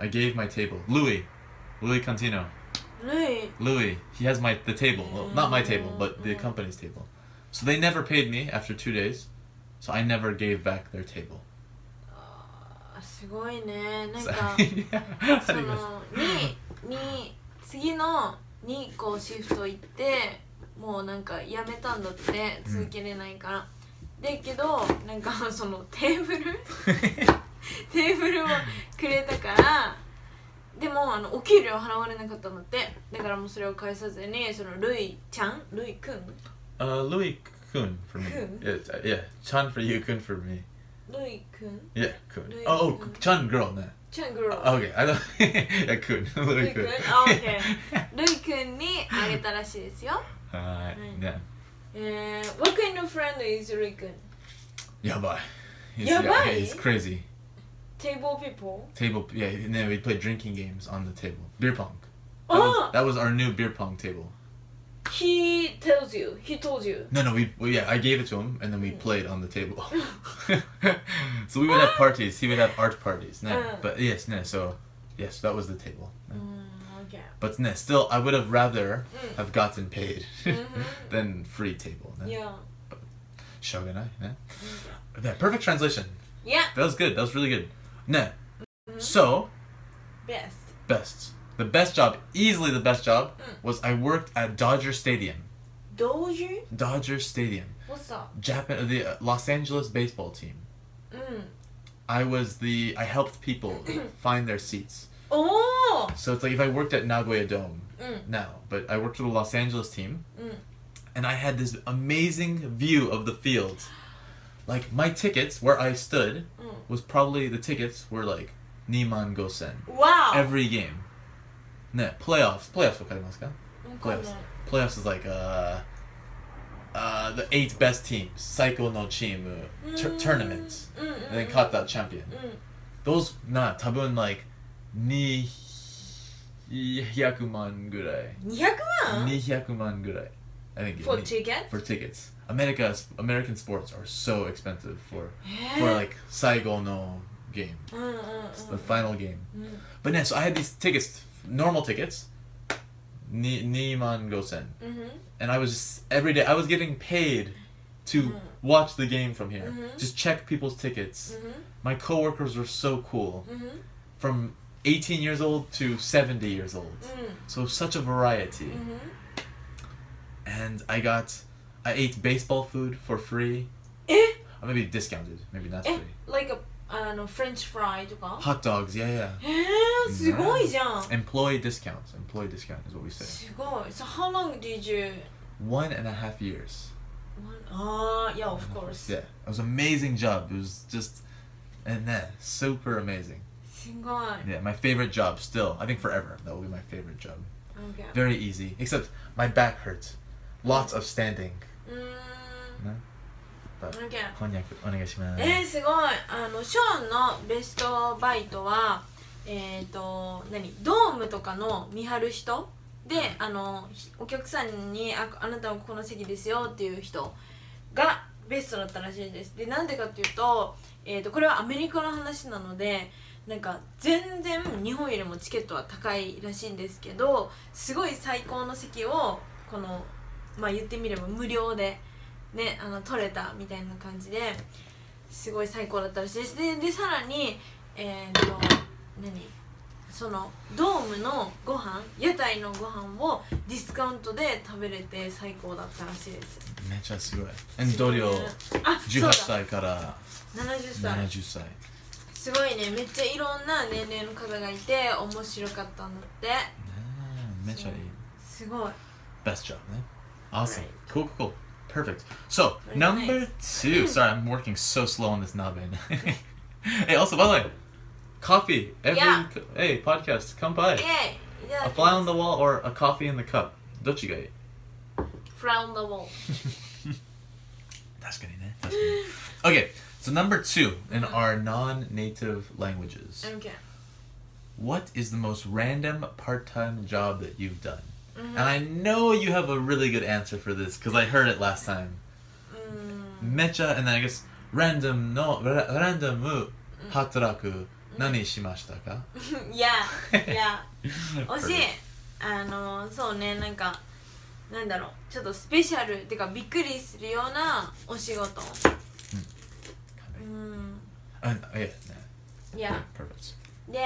Speaker 1: I gave my table, Louis, Louis Cantino.
Speaker 2: ルイ
Speaker 1: Louis, he has my the table. Well, not my table, but the
Speaker 2: Mm.
Speaker 1: company's table. So they never paid me after two days, so I never gave back their table.
Speaker 2: あすごいねなん
Speaker 1: So, (laughs)
Speaker 2: か
Speaker 1: yeah, I
Speaker 2: そ
Speaker 1: think
Speaker 2: の
Speaker 1: that's-
Speaker 2: にに次のにこうシフト行ってもうなんかやめたんだって続けれないから、だけどなんかそのテーブル (laughs)
Speaker 1: (laughs)
Speaker 2: テーブルをくれたからでもあのお給料払われなかったんだってだからもうそれを返さずにそのルイちゃんルイくん
Speaker 1: uh, Louis Kun for me.
Speaker 2: Kun?
Speaker 1: Yeah, it's- uh, yeah, Chan for you, Kun for me.
Speaker 2: ルイくん
Speaker 1: Yeah, Kun.
Speaker 2: Louis
Speaker 1: Oh, oh
Speaker 2: Kun.
Speaker 1: Chan girl. No.
Speaker 2: ちゃんグロー
Speaker 1: Okay, I don't. (laughs) yeah, Kun. (laughs) Louis
Speaker 2: Louis
Speaker 1: Kun.
Speaker 2: Kun? Oh, okay.
Speaker 1: (laughs)
Speaker 2: ルイくんにあげたらしいですよ
Speaker 1: Uh, yeah.
Speaker 2: えー、What kind of friend is ルイくん
Speaker 1: Yabai. He's,
Speaker 2: Yabai?
Speaker 1: he's crazy.
Speaker 2: Table people?
Speaker 1: Table. Yeah, and then we played drinking games on the table. Beer pong. That, was,
Speaker 2: Oh!
Speaker 1: that was our new beer pong table.
Speaker 2: He tells you. He told you.
Speaker 1: No, no, we, we yeah, I gave it to him, and then we played on the
Speaker 2: (laughs)
Speaker 1: table. (laughs) so we would have parties. He would have art parties. Ne,
Speaker 2: Uh.
Speaker 1: but yes, ne. So yes, that was the table. ne.
Speaker 2: Mm, Okay.
Speaker 1: But ne, still, I would have rather have gotten paid (laughs) than free table. Ne.
Speaker 2: Yeah.
Speaker 1: Shogunai. Ne. Ne, perfect translation.
Speaker 2: Yeah.
Speaker 1: That was good. That was really good. Ne. So
Speaker 2: Best.
Speaker 1: best. The best job, easily the best job, was I worked at Dodger Stadium.
Speaker 2: Doji?
Speaker 1: Dodger Stadium,
Speaker 2: What's up?
Speaker 1: Japan, the uh, Los Angeles baseball team.
Speaker 2: Mm.
Speaker 1: I was the I helped people find their seats.
Speaker 2: Oh.
Speaker 1: So it's like if I worked at Nagoya Dome
Speaker 2: Mm.
Speaker 1: now, but I worked for the Los Angeles team,
Speaker 2: Mm.
Speaker 1: and I had this amazing view of the field. Like my tickets, where I stood,
Speaker 2: Mm.
Speaker 1: was probably the tickets were like Niman Gosen
Speaker 2: Wow.
Speaker 1: every game. Ne playoffs, playoffs, what
Speaker 2: Mm,
Speaker 1: playoffs. Playoffs is like uh, uh, the eight best teams, Saiko no Chimu tur-
Speaker 2: Mm.
Speaker 1: tournament, and then kata champion. Those not tabun like ni hyakuman gurai,
Speaker 2: 200万
Speaker 1: ni hyakuman gurai. I think
Speaker 2: Uh-huh. for
Speaker 1: ni-
Speaker 2: ticket?
Speaker 1: for tickets. America American sports are so expensive for for
Speaker 2: え
Speaker 1: like Saigo no game,
Speaker 2: うんうんうん。
Speaker 1: the final game.
Speaker 2: Uh-huh. Mm.
Speaker 1: But yeah, so I had these tickets, normal tickets, ni ni man gosen.
Speaker 2: うん。
Speaker 1: and I was just every day I was getting paid to
Speaker 2: Uh-huh.
Speaker 1: watch the game from here.
Speaker 2: Mhm.
Speaker 1: Just check people's tickets.
Speaker 2: Mhm.
Speaker 1: My coworkers were so cool.
Speaker 2: うん。
Speaker 1: From 18 years old to 70 years old.
Speaker 2: うん。
Speaker 1: So such a variety.
Speaker 2: うん。
Speaker 1: And I got I ate baseball food for free.
Speaker 2: え
Speaker 1: Or maybe discounted, maybe not
Speaker 2: え
Speaker 1: free.
Speaker 2: Eh, like a あのフレンチフライとか
Speaker 1: Hot dogs, yeah, yeah.
Speaker 2: えー、すごいじゃん
Speaker 1: Employee discounts. Employee discount is what we say.
Speaker 2: すごい So how long did you
Speaker 1: One and a half years.
Speaker 2: want- ああ ah, yeah of course
Speaker 1: Yeah. It was an amazing job. It was just and that super amazing.
Speaker 2: すごい
Speaker 1: Yeah, my favorite job still. I think forever. That will be my favorite job.
Speaker 2: Okay
Speaker 1: Very easy. Except my back hurts. Lots of standing.
Speaker 2: うー
Speaker 1: ね
Speaker 2: ん
Speaker 1: だ
Speaker 2: Okay えー、
Speaker 1: 翻訳お願いします。
Speaker 2: すごいあのショーンのベストバイトはえっ、と何ドームとかの見張る人であのひお客さんにあ「あなたはこの席ですよ」っていう人がベストだったらしいですでなんでかっていうと,、えー、とこれはアメリカの話なのでなんか全然日本よりもチケットは高いらしいんですけどすごい最高の席をこのまあ言ってみれば無料でねあの取れたみたいな感じですごい最高だったらしいですででさらにえっ、と何そのドームのご飯屋台のご飯をディスカウントで食べれて最高だったらしいです
Speaker 1: めっちゃすごい。
Speaker 2: あそうだ
Speaker 1: 同僚、18歳から70歳。
Speaker 2: 70歳すごいねめっちゃいろんな年齢の方がいて面白かったんだって
Speaker 1: めっちゃいい。
Speaker 2: すごい
Speaker 1: Best job, man. Awesome.
Speaker 2: Right.
Speaker 1: Cool, cool, cool. Perfect. So,
Speaker 2: Very
Speaker 1: number two. Sorry, I'm working so slow on this nabe. (laughs) hey, also, by the way, coffee. Every,
Speaker 2: Yeah.
Speaker 1: Hey, podcast, come by.
Speaker 2: イエイいただきます
Speaker 1: A fly on the wall or a coffee in the cup. どっちがいい (laughs)
Speaker 2: Fly on the wall
Speaker 1: 確かにね。確かに。Okay, so number two in our non-native languages.
Speaker 2: OK
Speaker 1: What is the most random part-time job that you've done? And I know you have a really good answer for this because I heard it last time.
Speaker 2: うーん
Speaker 1: Mecha, and then I guess random no ra- random hataraku nani shimashita ka?
Speaker 2: (laughs) いやいや惜しいあのそうねなんかなんだろうちょっとスペシャルてかびっくりするようなお仕事うん
Speaker 1: Uh, yeah, no.
Speaker 2: いや
Speaker 1: Perfect.
Speaker 2: で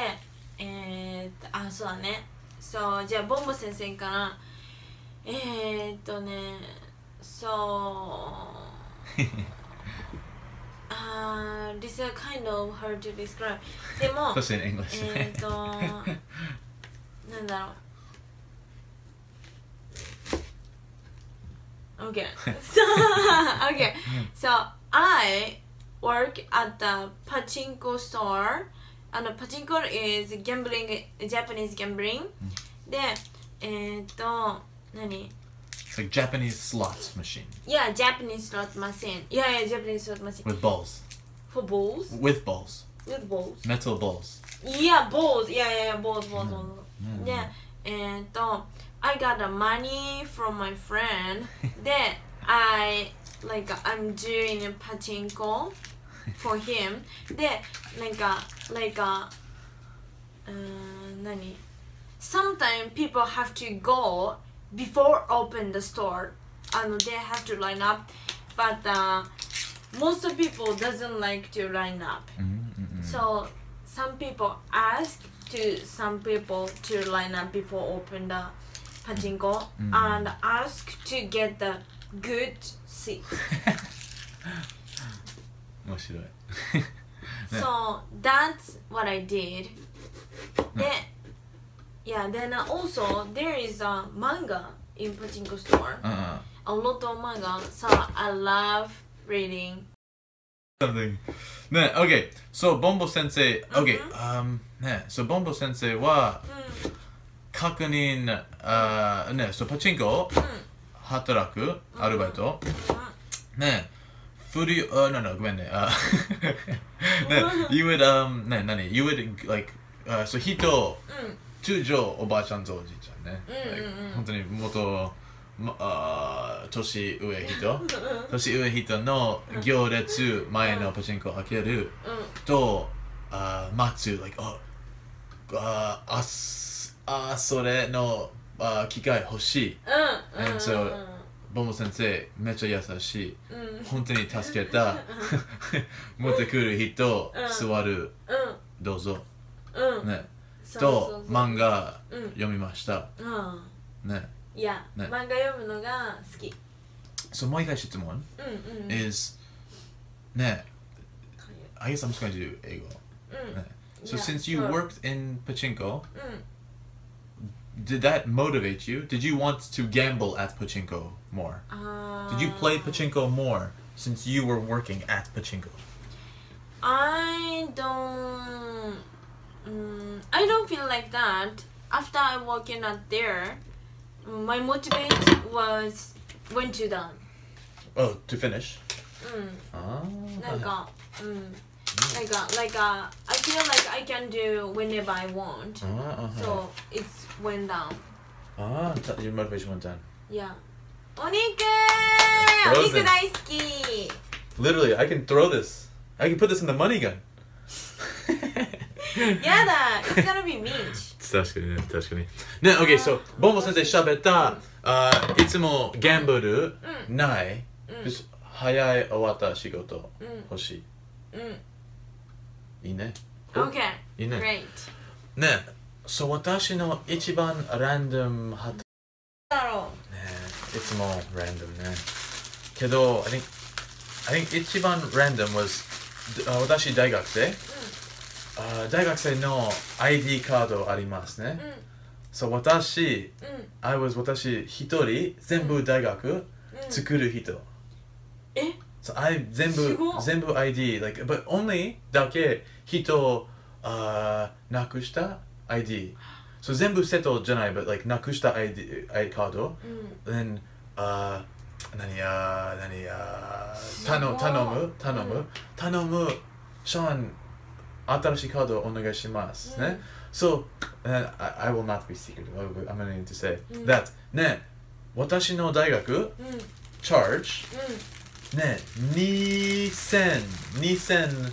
Speaker 2: えー、っとあそうだねそうじゃあボンボ先生からえー、っとねそうあー this is kind of hard to describe で
Speaker 1: (laughs)
Speaker 2: も
Speaker 1: Especially in English.
Speaker 2: えーとなんだろう (laughs) OK so OK so I work at the pachinko store and the pachinko is gambling Japanese gambling eh, でえー、と何
Speaker 1: (laughs) it's like Japanese slots machine
Speaker 2: Yeah Japanese slot machine Yeah yeah Japanese slot machine
Speaker 1: with balls.
Speaker 2: for balls
Speaker 1: With balls.
Speaker 2: with balls
Speaker 1: Metal balls.
Speaker 2: Yeah, balls. Yeah, yeah, yeah, balls, balls, balls.
Speaker 1: Mm.
Speaker 2: で、えーっと、 I got the money from my friend. then I like I'm doing a pachinko for him. Then like uh, like uh, uh, 何 Sometimes people have to go before open the store. And they have to line up, but uh, most of people doesn't like to line up.
Speaker 1: Mm-hmm.
Speaker 2: So some people ask to some people to line up before open the pachinko
Speaker 1: Mm.
Speaker 2: and ask to get the good seat.
Speaker 1: (laughs) 面白い Yeah.
Speaker 2: So that's what I did. Then, yeah, then uh, also there is a manga in pachinko store.
Speaker 1: うんうん
Speaker 2: A lot of manga, so I love reading.
Speaker 1: something. ね、okay. So, ボンボ先生、okay.
Speaker 2: Mhm.
Speaker 1: Um, ね、so ボンボ先生は
Speaker 2: Mm,
Speaker 1: 確認、あーね、so パチンコ、働く、アルバイト、
Speaker 2: mm,
Speaker 1: ね、振り、あ、no no ごめんね、あ、ね、you
Speaker 2: (laughs)
Speaker 1: would um ね、何、you would like、uh, so 人、
Speaker 2: mm,
Speaker 1: 中女、おばあちゃんとおじいちゃんね、
Speaker 2: うんうんうん
Speaker 1: Like 本当に元、ま、あー年上人、
Speaker 2: mm,
Speaker 1: 年上人の行列前のパチンコ開ける。
Speaker 2: mm.
Speaker 1: と、あー待つ、like, あ、あー、あす、あー、それの、あー、機会欲しい。
Speaker 2: うんうん
Speaker 1: And so- ボンボ先生、めっちゃ優しい。
Speaker 2: うんうんうん
Speaker 1: 本当に助けた。持ってくる人
Speaker 2: うん、
Speaker 1: 座る、
Speaker 2: uh,
Speaker 1: どうぞ。
Speaker 2: うん
Speaker 1: ね。
Speaker 2: そう
Speaker 1: と、
Speaker 2: そうそう
Speaker 1: 漫画
Speaker 2: うん
Speaker 1: 読みました。
Speaker 2: うん
Speaker 1: ね。
Speaker 2: いや
Speaker 1: ね
Speaker 2: 漫画読むのが好き
Speaker 1: そう、もう一回質問
Speaker 2: うんうん
Speaker 1: is ね、I guess I'm just going to do 英語。
Speaker 2: うん
Speaker 1: ね So
Speaker 2: Yeah,
Speaker 1: since you
Speaker 2: sure.
Speaker 1: worked in pachinko,
Speaker 2: うん
Speaker 1: Did that motivate you? Did you want to gamble at pachinko more?
Speaker 2: あー
Speaker 1: Did you play pachinko more since you were working at pachinko?
Speaker 2: I don't mm, I don't feel like that after I working out there my motivate was went to mm, them
Speaker 1: Oh, to finish.
Speaker 2: うん
Speaker 1: Ah.
Speaker 2: なんか、うん、なんか、like, uh, I feel like I can do whenever I want.
Speaker 1: Ah,
Speaker 2: So it's went down.
Speaker 1: ah, that- your motivation went down.
Speaker 2: Yeah. お肉
Speaker 1: Frozen.
Speaker 2: お肉大好き
Speaker 1: Literally, I can throw this. I can put this in the money (laughs) gun.
Speaker 2: やだ It's gonna be meat.
Speaker 1: 確かにね、確かに。ね、okay, so, Uh,
Speaker 2: うん。うん。
Speaker 1: ボンボ先生喋った、あいつもギャンブルない、早い終わった仕事欲しい。いいね。
Speaker 2: うん。うん。
Speaker 1: Oh.
Speaker 2: Okay.
Speaker 1: いいね。
Speaker 2: Great.
Speaker 1: ねそう私の一番ランダムはね
Speaker 2: だろ
Speaker 1: いつもランダムねけど I think, I think 一番ランダム was あ私大学生、あ大学生の ID カードありますね、
Speaker 2: う。
Speaker 1: そう私
Speaker 2: うん。うん。
Speaker 1: I was 私一人全部大学
Speaker 2: うん。
Speaker 1: 作る人、
Speaker 2: え
Speaker 1: So I 全
Speaker 2: す
Speaker 1: 部
Speaker 2: ごっ
Speaker 1: 全部 ID like but only だけ人あーなくした ID so 全部セットじゃない but like なくした ID, ID カード
Speaker 2: うん。
Speaker 1: then あー何や何や
Speaker 2: ごい
Speaker 1: 頼頼む頼む、
Speaker 2: うん
Speaker 1: 頼むショーン新しいカードお願いします、
Speaker 2: う
Speaker 1: ね
Speaker 2: ん
Speaker 1: So uh, I, I will not be secret I'm going to say、
Speaker 2: うん
Speaker 1: that ね私の大学
Speaker 2: うん。うん。
Speaker 1: charge
Speaker 2: mm.
Speaker 1: ね、2000、2000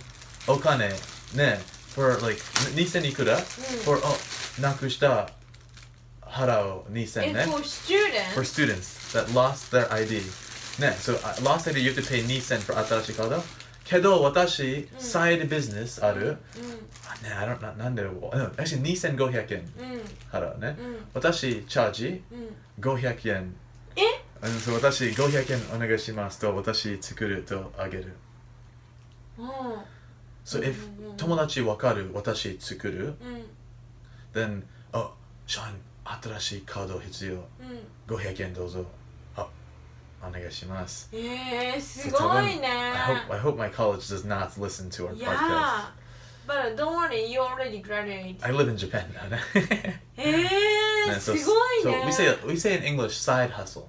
Speaker 1: お金、ね、for like、2000いくら、for、お、なくした払う2000
Speaker 2: え、
Speaker 1: ね。
Speaker 2: for student?
Speaker 1: for students that lost their ID. ね、so uh, lost ID you have to pay 2000 for 新しいカード。けど私、side business ある。あ
Speaker 2: Mm,
Speaker 1: ね、I don't, ななんで、no, actually 2500円
Speaker 2: うん。うん。
Speaker 1: 払うね。
Speaker 2: うん。
Speaker 1: 私、チャージ
Speaker 2: うん。
Speaker 1: 500円。
Speaker 2: え
Speaker 1: うんそう私500円お願いしますと私作るとあげる。
Speaker 2: うん。
Speaker 1: So if
Speaker 2: うんうんうん
Speaker 1: 友達わかる私作る
Speaker 2: うん。
Speaker 1: then "Oh, あ、シャン新しいカード必要
Speaker 2: うん。
Speaker 1: 500円どうぞあ、お願いします
Speaker 2: えー、すごいね
Speaker 1: I hope, I hope my college does not listen to our
Speaker 2: Yeah.
Speaker 1: podcast
Speaker 2: But don't worry, you already graduated.
Speaker 1: I live in Japan (laughs) now ね
Speaker 2: えー、す
Speaker 1: so,
Speaker 2: ごい
Speaker 1: so
Speaker 2: ね。
Speaker 1: we say, we say in English side hustle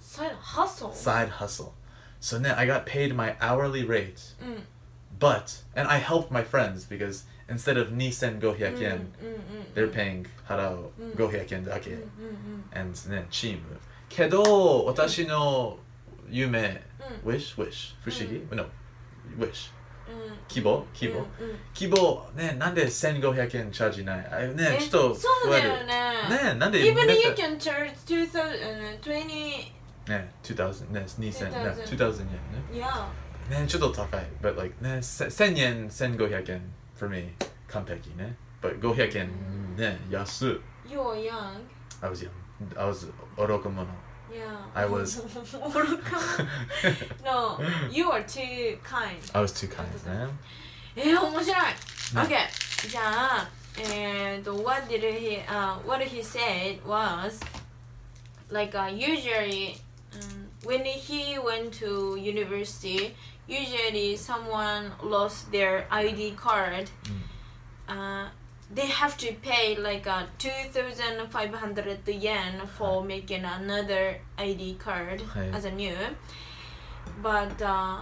Speaker 2: Side hustle? Mm,
Speaker 1: side hustle So ね、I got paid my hourly rate
Speaker 2: うん。
Speaker 1: But and I helped my friends because instead of Nisen Gohyaken,
Speaker 2: うんうん
Speaker 1: yen
Speaker 2: うん
Speaker 1: they're paying Harao
Speaker 2: Mm.
Speaker 1: Gohyaken yen dake
Speaker 2: うんうん
Speaker 1: and then Chim. Kedo watashi no yume wish wish fushigi no wish
Speaker 2: うんうん
Speaker 1: kibo kibo
Speaker 2: うんうん
Speaker 1: 希望ねなんで1500円チャージないあね
Speaker 2: え
Speaker 1: ちょっと
Speaker 2: そうだよね
Speaker 1: ねなんで
Speaker 2: Even
Speaker 1: ね
Speaker 2: you can charge 2000 20
Speaker 1: ね2000ね2000ね
Speaker 2: 2000
Speaker 1: 2000円
Speaker 2: yeah
Speaker 1: ねねちょっと高い but like ねせ1000円1500円 for me 完璧ね but 500円ね安い
Speaker 2: you're young
Speaker 1: I was young I was 愚か者
Speaker 2: yeah
Speaker 1: I
Speaker 2: (laughs)
Speaker 1: was. (laughs)
Speaker 2: no you are too kind
Speaker 1: I was too kind ね
Speaker 2: えー、面白い OK じゃあえー、と What did he、uh, What he said was like、uh, usually、um, when he went to university usually someone lost their ID card、uh, they have to pay like uh, 2500 yen for making another ID card
Speaker 1: はい
Speaker 2: as a new but、uh,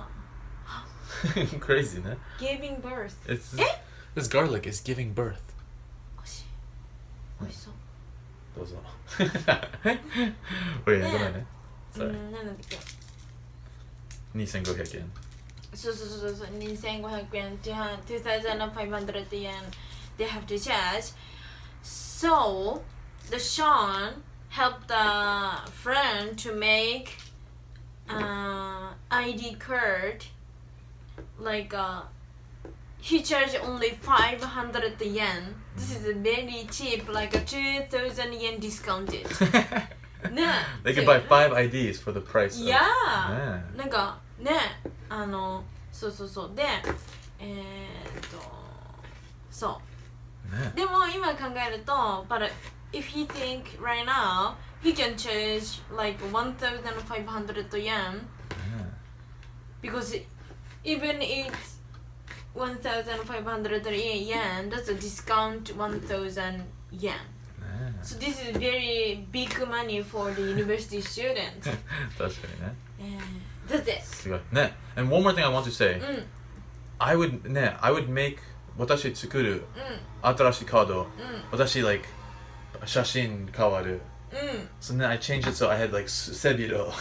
Speaker 1: (laughs) crazy ね
Speaker 2: giving birth
Speaker 1: it's
Speaker 2: え
Speaker 1: this garlic is giving birth
Speaker 2: おいしいおいしそう
Speaker 1: どうぞ (laughs) ごめんね
Speaker 2: ね
Speaker 1: ごめんね eh?
Speaker 2: う
Speaker 1: sorry
Speaker 2: ん、なんだっけ Mm. (laughs)
Speaker 1: 2500円
Speaker 2: そうそうそうそう2500円2500 yen they have to charge so the Sean helped the friend to make uh, ID card like uh, he charged only 500 yen this is a very cheap like a 2000 yen discounted no
Speaker 1: (laughs) They can buy five IDs for the price. of-
Speaker 2: Yeah.
Speaker 1: ね
Speaker 2: なんかねあのそうそうそうでえー、っとそ
Speaker 1: ね
Speaker 2: うでも今考えると but if he think right now he can charge like 1500 yen
Speaker 1: ね
Speaker 2: because even it's 1500 yen that's a discount 1000 yen
Speaker 1: (laughs) ね
Speaker 2: so this is very big money for the university student
Speaker 1: 確かにね。
Speaker 2: and that's it Mm,
Speaker 1: すごい。ね。And one more thing I want to
Speaker 2: う
Speaker 1: say.
Speaker 2: んうん
Speaker 1: I would, ね、I would make 私作る
Speaker 2: mm,
Speaker 1: 新しいカード。
Speaker 2: うん
Speaker 1: 私、like, 写真変わる。
Speaker 2: Mm.
Speaker 1: So then I changed it so I had, like, 背 (laughs) 広。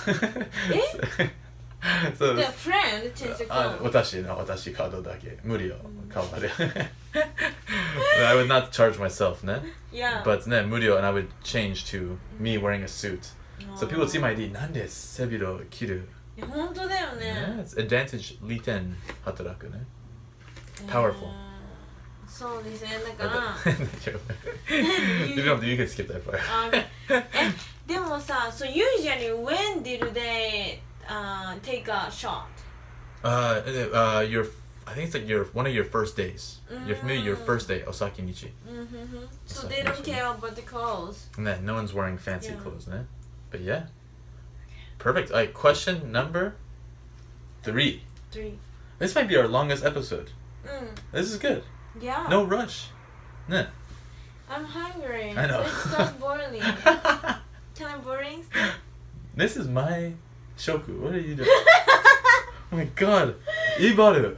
Speaker 1: そう
Speaker 2: Eh? The friend changed the
Speaker 1: あ
Speaker 2: code.
Speaker 1: 私の私カードだけ。無理よ。変わる。I would not charge myself ね。
Speaker 2: Yeah.
Speaker 1: But ね、無料 and I would change to me wearing a suit.
Speaker 2: Oh.
Speaker 1: So people see
Speaker 2: my.
Speaker 1: my ID, なんで背広着る、
Speaker 2: 本当だよ
Speaker 1: ね、
Speaker 2: ね。
Speaker 1: It's advantage 利点働くね。Powerful. Mm-hmm.
Speaker 2: Eh. うんそうですね。
Speaker 1: (laughs)
Speaker 2: だから。 (laughs)
Speaker 1: you don't have to, you can skip that part.
Speaker 2: あえでもさ、so usually when did they uh, take a shot?
Speaker 1: (laughs) Uh, uh, your, I think it's like your, one of your first days. Your, maybe your first day, Osaki Nichi.
Speaker 2: Mhm. So
Speaker 1: That's
Speaker 2: they don't
Speaker 1: awesome.
Speaker 2: care about the clothes.
Speaker 1: And then no one's wearing fancy
Speaker 2: Yeah.
Speaker 1: clothes, ne? But yeah. Perfect. All right, question number three.
Speaker 2: Three.
Speaker 1: This might be our longest episode.
Speaker 2: うん。
Speaker 1: This is good.
Speaker 2: Yeah.
Speaker 1: No rush. Ne.
Speaker 2: I'm hungry.
Speaker 1: I know.
Speaker 2: Let's
Speaker 1: (laughs)
Speaker 2: stop boiling. Can I (laughs) boiling?
Speaker 1: This is my shoku. What are you doing?
Speaker 2: (laughs)
Speaker 1: oh my god. Ibaru.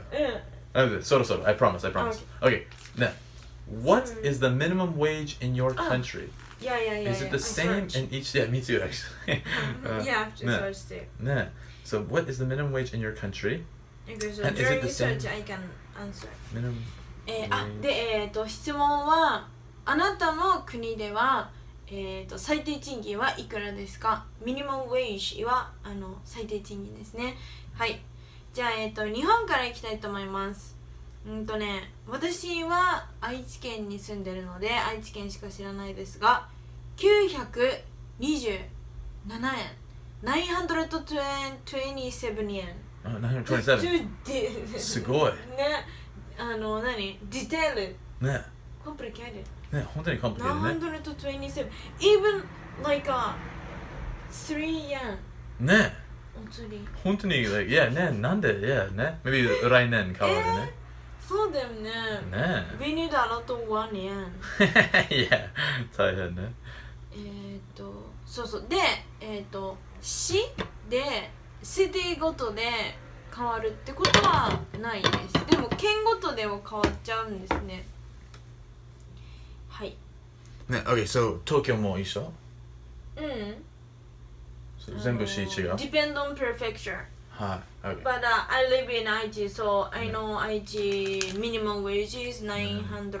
Speaker 2: うん。
Speaker 1: Uh, Soro soro. I promise. I promise. Okay. Now, what
Speaker 2: Sorry.
Speaker 1: is the minimum wage in your
Speaker 2: Oh,
Speaker 1: country?
Speaker 2: Yeah, yeah, yeah.
Speaker 1: is it
Speaker 2: yeah.
Speaker 1: the
Speaker 2: I
Speaker 1: same in
Speaker 2: searched.
Speaker 1: each? Yeah, me too, actually. (laughs) Uh,
Speaker 2: Yeah, I've
Speaker 1: nah,
Speaker 2: searched it.
Speaker 1: nah. So, what is the minimum wage in your country?
Speaker 2: Okay, so
Speaker 1: And is it
Speaker 2: during
Speaker 1: the same?
Speaker 2: research I can answer.
Speaker 1: Minimum.
Speaker 2: えーあ
Speaker 1: Range.
Speaker 2: でえっ、と質問はあなたの国ではえっ、と最低賃金はいくらですか？ミニマムウェイジはあの最低賃金ですね。はい。じゃあえっ、と日本から行きたいと思います。うんとね私は愛知県に住んでるので愛知県しか知らないですが927円927円
Speaker 1: Oh, 927. Sugoi.
Speaker 2: ねあの何ディテール
Speaker 1: Nah.
Speaker 2: complicated
Speaker 1: Nah, 本当に complicated,
Speaker 2: 927 even like a 3 yen
Speaker 1: nah. Nah.
Speaker 2: お釣り
Speaker 1: 本当に like yeah, nah. なんで yeah, nah. Maybe 来年変わるね。
Speaker 2: そうだよね
Speaker 1: Nah.
Speaker 2: We need a lot of 1 yen
Speaker 1: (laughs) yeah. 大変ね。
Speaker 2: えーっとそうそうでえーっと市でシティごとで変わるってことはないですでも県ごとでも変わっちゃうんですねはい
Speaker 1: Ne, okay, so Tokyo mo isho.
Speaker 2: うん
Speaker 1: So, Zenbu shi ichigo.
Speaker 2: depend on prefecture
Speaker 1: Hi. Okay.
Speaker 2: But uh, I live in IG, so I know IG minimum wage is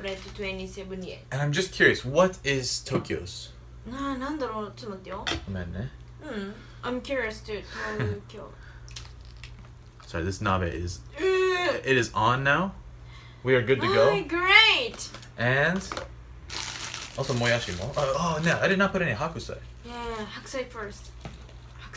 Speaker 2: 927 yen.
Speaker 1: And I'm just curious, what is Tokyo's?
Speaker 2: なあ、なんだろう、ちょっと待ってよ。
Speaker 1: Gomen ne?
Speaker 2: うん。I'm Hmm, curious to
Speaker 1: (laughs)
Speaker 2: 東京。
Speaker 1: Sorry, this nabe is
Speaker 2: うー
Speaker 1: it is on now. We are good to
Speaker 2: はい、
Speaker 1: go.
Speaker 2: great!
Speaker 1: And also moyashi mo. Oh, oh no, I did not put any hakusai.
Speaker 2: Yeah, 白菜 first. 白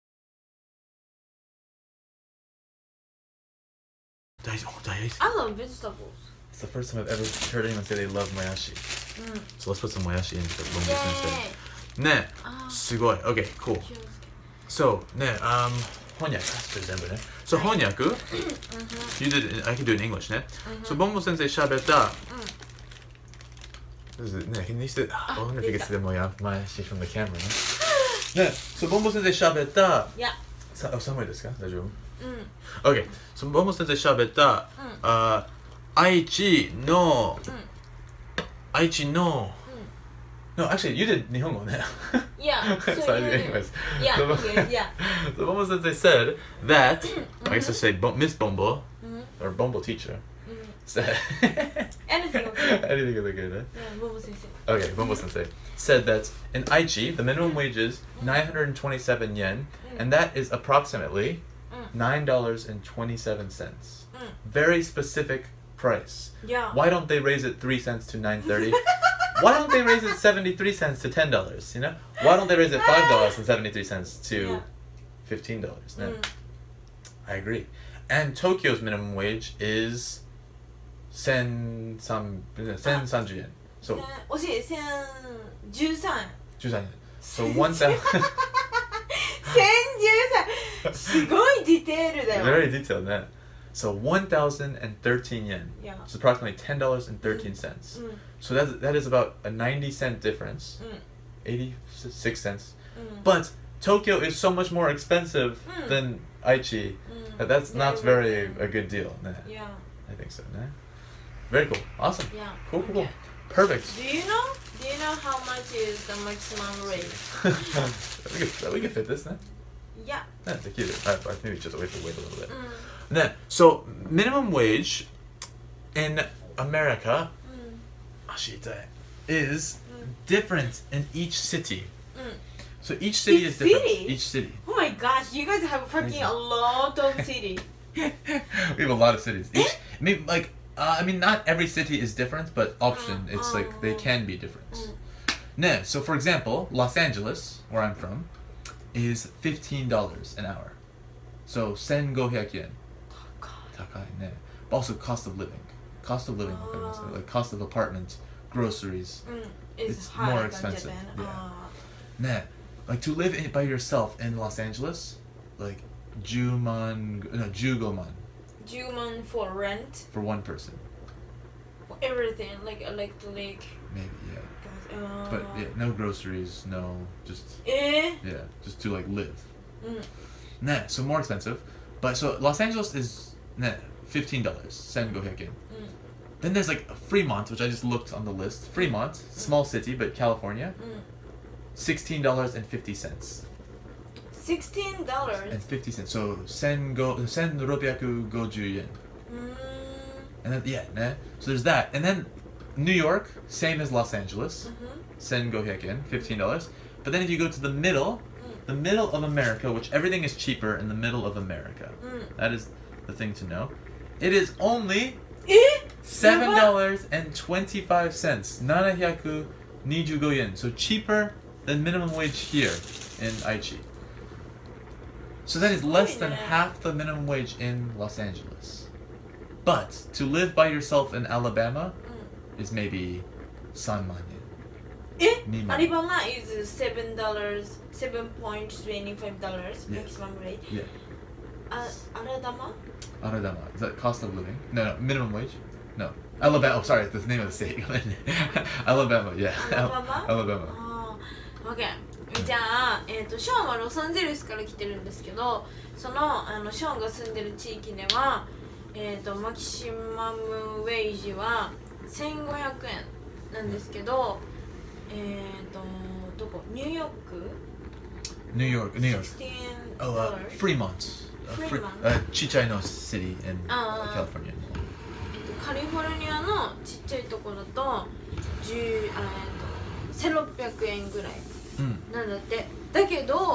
Speaker 1: 大好き。大好き。
Speaker 2: I love vegetables.
Speaker 1: It's the first time I've ever heard anyone say they love moyashi.
Speaker 2: うん。イ
Speaker 1: So let's put some moyashi in the bonus
Speaker 2: ェー
Speaker 1: instead.
Speaker 2: イあー
Speaker 1: ね、すごい。Okay, cool.
Speaker 2: 気をつけ
Speaker 1: So, ね、um, 翻訳。全部ね。So, 翻訳 You did it, in- I can do it in English, ね。So, ボンボ先生喋った。This is- ね、can you see- I wonder if you can see the moya- moyashi from the
Speaker 2: (laughs)
Speaker 1: camera, ね。ね、So, ボンボ先生喋った。
Speaker 2: いや、
Speaker 1: さあ、寒いですか大丈
Speaker 2: うん。
Speaker 1: 夫 ?OK、そのボム先生喋った、
Speaker 2: うん
Speaker 1: あー愛知の、
Speaker 2: うん
Speaker 1: 愛知の、No, actually, you did 日本語ね。
Speaker 2: Hmm.
Speaker 1: (laughs)
Speaker 2: Yeah, so
Speaker 1: Sorry,
Speaker 2: you-
Speaker 1: anyways.
Speaker 2: Yeah,
Speaker 1: So-
Speaker 2: yeah,
Speaker 1: (laughs)
Speaker 2: yeah. Mm-hmm.
Speaker 1: So Bombo sensei said that, I guess I say Bo- Miss Bombo,
Speaker 2: Mhm.
Speaker 1: or Bombo teacher,
Speaker 2: Mhm.
Speaker 1: said, (laughs)
Speaker 2: Anything okay.
Speaker 1: anything is okay, eh?
Speaker 2: Yeah, Bobo sensei.
Speaker 1: Okay, Bombo sensei said that in Aichi, the
Speaker 2: Mm-hmm.
Speaker 1: minimum wage is 927 yen, and that is approximately
Speaker 2: Mm.
Speaker 1: $9.27.
Speaker 2: Mm.
Speaker 1: Very specific price.
Speaker 2: Yeah. (laughs)
Speaker 1: Why don't they raise it 3 cents to 9.30? Why don't they raise it 73 cents to $10, you know? Why don't they raise it $5.73
Speaker 2: Yeah.
Speaker 1: to $15? No,
Speaker 2: Mm.
Speaker 1: I agree. And Tokyo's minimum wage is sen some sen sanju yen. So
Speaker 2: えー惜しい、千十三。
Speaker 1: 13 So one (laughs)
Speaker 2: (laughs)
Speaker 1: thousand
Speaker 2: 千
Speaker 1: (laughs)
Speaker 2: 十三。すごいディテールだよ。
Speaker 1: very detailed that. So one thousand and thirteen yen.
Speaker 2: Yeah. Mm.
Speaker 1: It's approximately ten dollars and thirteen cents.
Speaker 2: うん
Speaker 1: So that's that is about a ninety cent difference.
Speaker 2: Mm.
Speaker 1: 86 cents.
Speaker 2: うんうん。
Speaker 1: But Tokyo is so much more expensive
Speaker 2: Mm.
Speaker 1: than Aichi
Speaker 2: うん
Speaker 1: that Uh, that's not very a good deal. Nah,
Speaker 2: Mm. Yeah,
Speaker 1: I think so. Nah. Very cool. Awesome.
Speaker 2: yeah.
Speaker 1: Cool, cool, cool.
Speaker 2: Okay.
Speaker 1: Perfect.
Speaker 2: Do you know? Do you know how much is the maximum rate?
Speaker 1: we, could, we could fit this, nah?
Speaker 2: Yeah. mm.
Speaker 1: Nah, it's cute. I, I think we just wait for wait a little bit.
Speaker 2: うん。うん。
Speaker 1: Nah, so minimum wage in America
Speaker 2: Mm.
Speaker 1: Ashita, is different in each city.
Speaker 2: Mm.
Speaker 1: So each city
Speaker 2: Each
Speaker 1: is different.
Speaker 2: city?
Speaker 1: Each city.
Speaker 2: Oh my gosh, you guys have fucking a lot of city.
Speaker 1: (laughs) we have a lot of cities. Each, I mean, like, uh, I mean, not every city is different, but often
Speaker 2: Mm,
Speaker 1: it's like they can be different.
Speaker 2: Mm.
Speaker 1: No, so for example, Los Angeles, where I'm from, is fifteen dollars an hour. So sen go yen.
Speaker 2: Oh
Speaker 1: Takai ne. But also cost of living. Cost of living, like I was saying, like cost of apartment, groceries.
Speaker 2: うん。It's Mm,
Speaker 1: It's
Speaker 2: higher
Speaker 1: more
Speaker 2: than
Speaker 1: expensive,
Speaker 2: Japan. Uh,
Speaker 1: yeah.
Speaker 2: あー
Speaker 1: Ne. Like to live in, by yourself in Los Angeles, like Juman no Jugoman
Speaker 2: 10万 for rent
Speaker 1: for one person.
Speaker 2: everything like electric
Speaker 1: Maybe, yeah.
Speaker 2: gas uh,
Speaker 1: But yeah, no groceries, no just
Speaker 2: eh
Speaker 1: yeah, just to like live.
Speaker 2: Mm.
Speaker 1: Nah, so more expensive. But so Los Angeles is nah, fifteen dollars. San Gohekin. Then there's like Fremont, which I just looked on the list. Fremont, small city but California,
Speaker 2: Mm.
Speaker 1: sixteen dollars and fifty cents.
Speaker 2: 16 dollars
Speaker 1: And fifty cents. So sen go sen robiaku goju yen.
Speaker 2: mm,
Speaker 1: And then yeah, nah. So there's that. And then New York, same as Los Angeles.
Speaker 2: mhm,
Speaker 1: Sen Gohyekin, fifteen dollars. But then if you go to the middle,
Speaker 2: Mm.
Speaker 1: the middle of America, which everything is cheaper in the middle of America.
Speaker 2: mm.
Speaker 1: That is the thing to know. It is only
Speaker 2: eh
Speaker 1: seven dollars and twenty-five cents. Nanahyaku nijugo yen. So cheaper than minimum wage here in Aichi. So that is less than
Speaker 2: Sorry, man.
Speaker 1: half the minimum wage in Los Angeles. But to live by yourself in Alabama
Speaker 2: Mm.
Speaker 1: is maybe 3万
Speaker 2: え
Speaker 1: 円。2万円。
Speaker 2: Eh? Alibaba is seven dollars, seven point twenty five dollars
Speaker 1: Yeah.
Speaker 2: maximum rate.
Speaker 1: Yeah.
Speaker 2: Uh, Alabama?
Speaker 1: Alabama. Is that cost of living? No, no. Minimum wage? No. Alabama. Oh, sorry. That's the name of the state. (laughs) Alabama. Yeah. Al-
Speaker 2: Alabama?
Speaker 1: (laughs) Alabama.
Speaker 2: ああ、OK じゃあ、えー、とショーンはロサンゼルスから来てるんですけどそのあのショーンが住んでる地域では、えー、とマキシマムウェイジは1500円なんですけどえっ、とどこニューヨーク
Speaker 1: New York. New York.
Speaker 2: 16
Speaker 1: Oh, uh, Fremont. Uh, Fre-
Speaker 2: Fremont.
Speaker 1: uh, Chicano City in uh,
Speaker 2: Ah.
Speaker 1: California.
Speaker 2: カリフォルニアのちっちゃいとこだと10あえーと1600円ぐらい
Speaker 1: Mm.
Speaker 2: なんだってだけど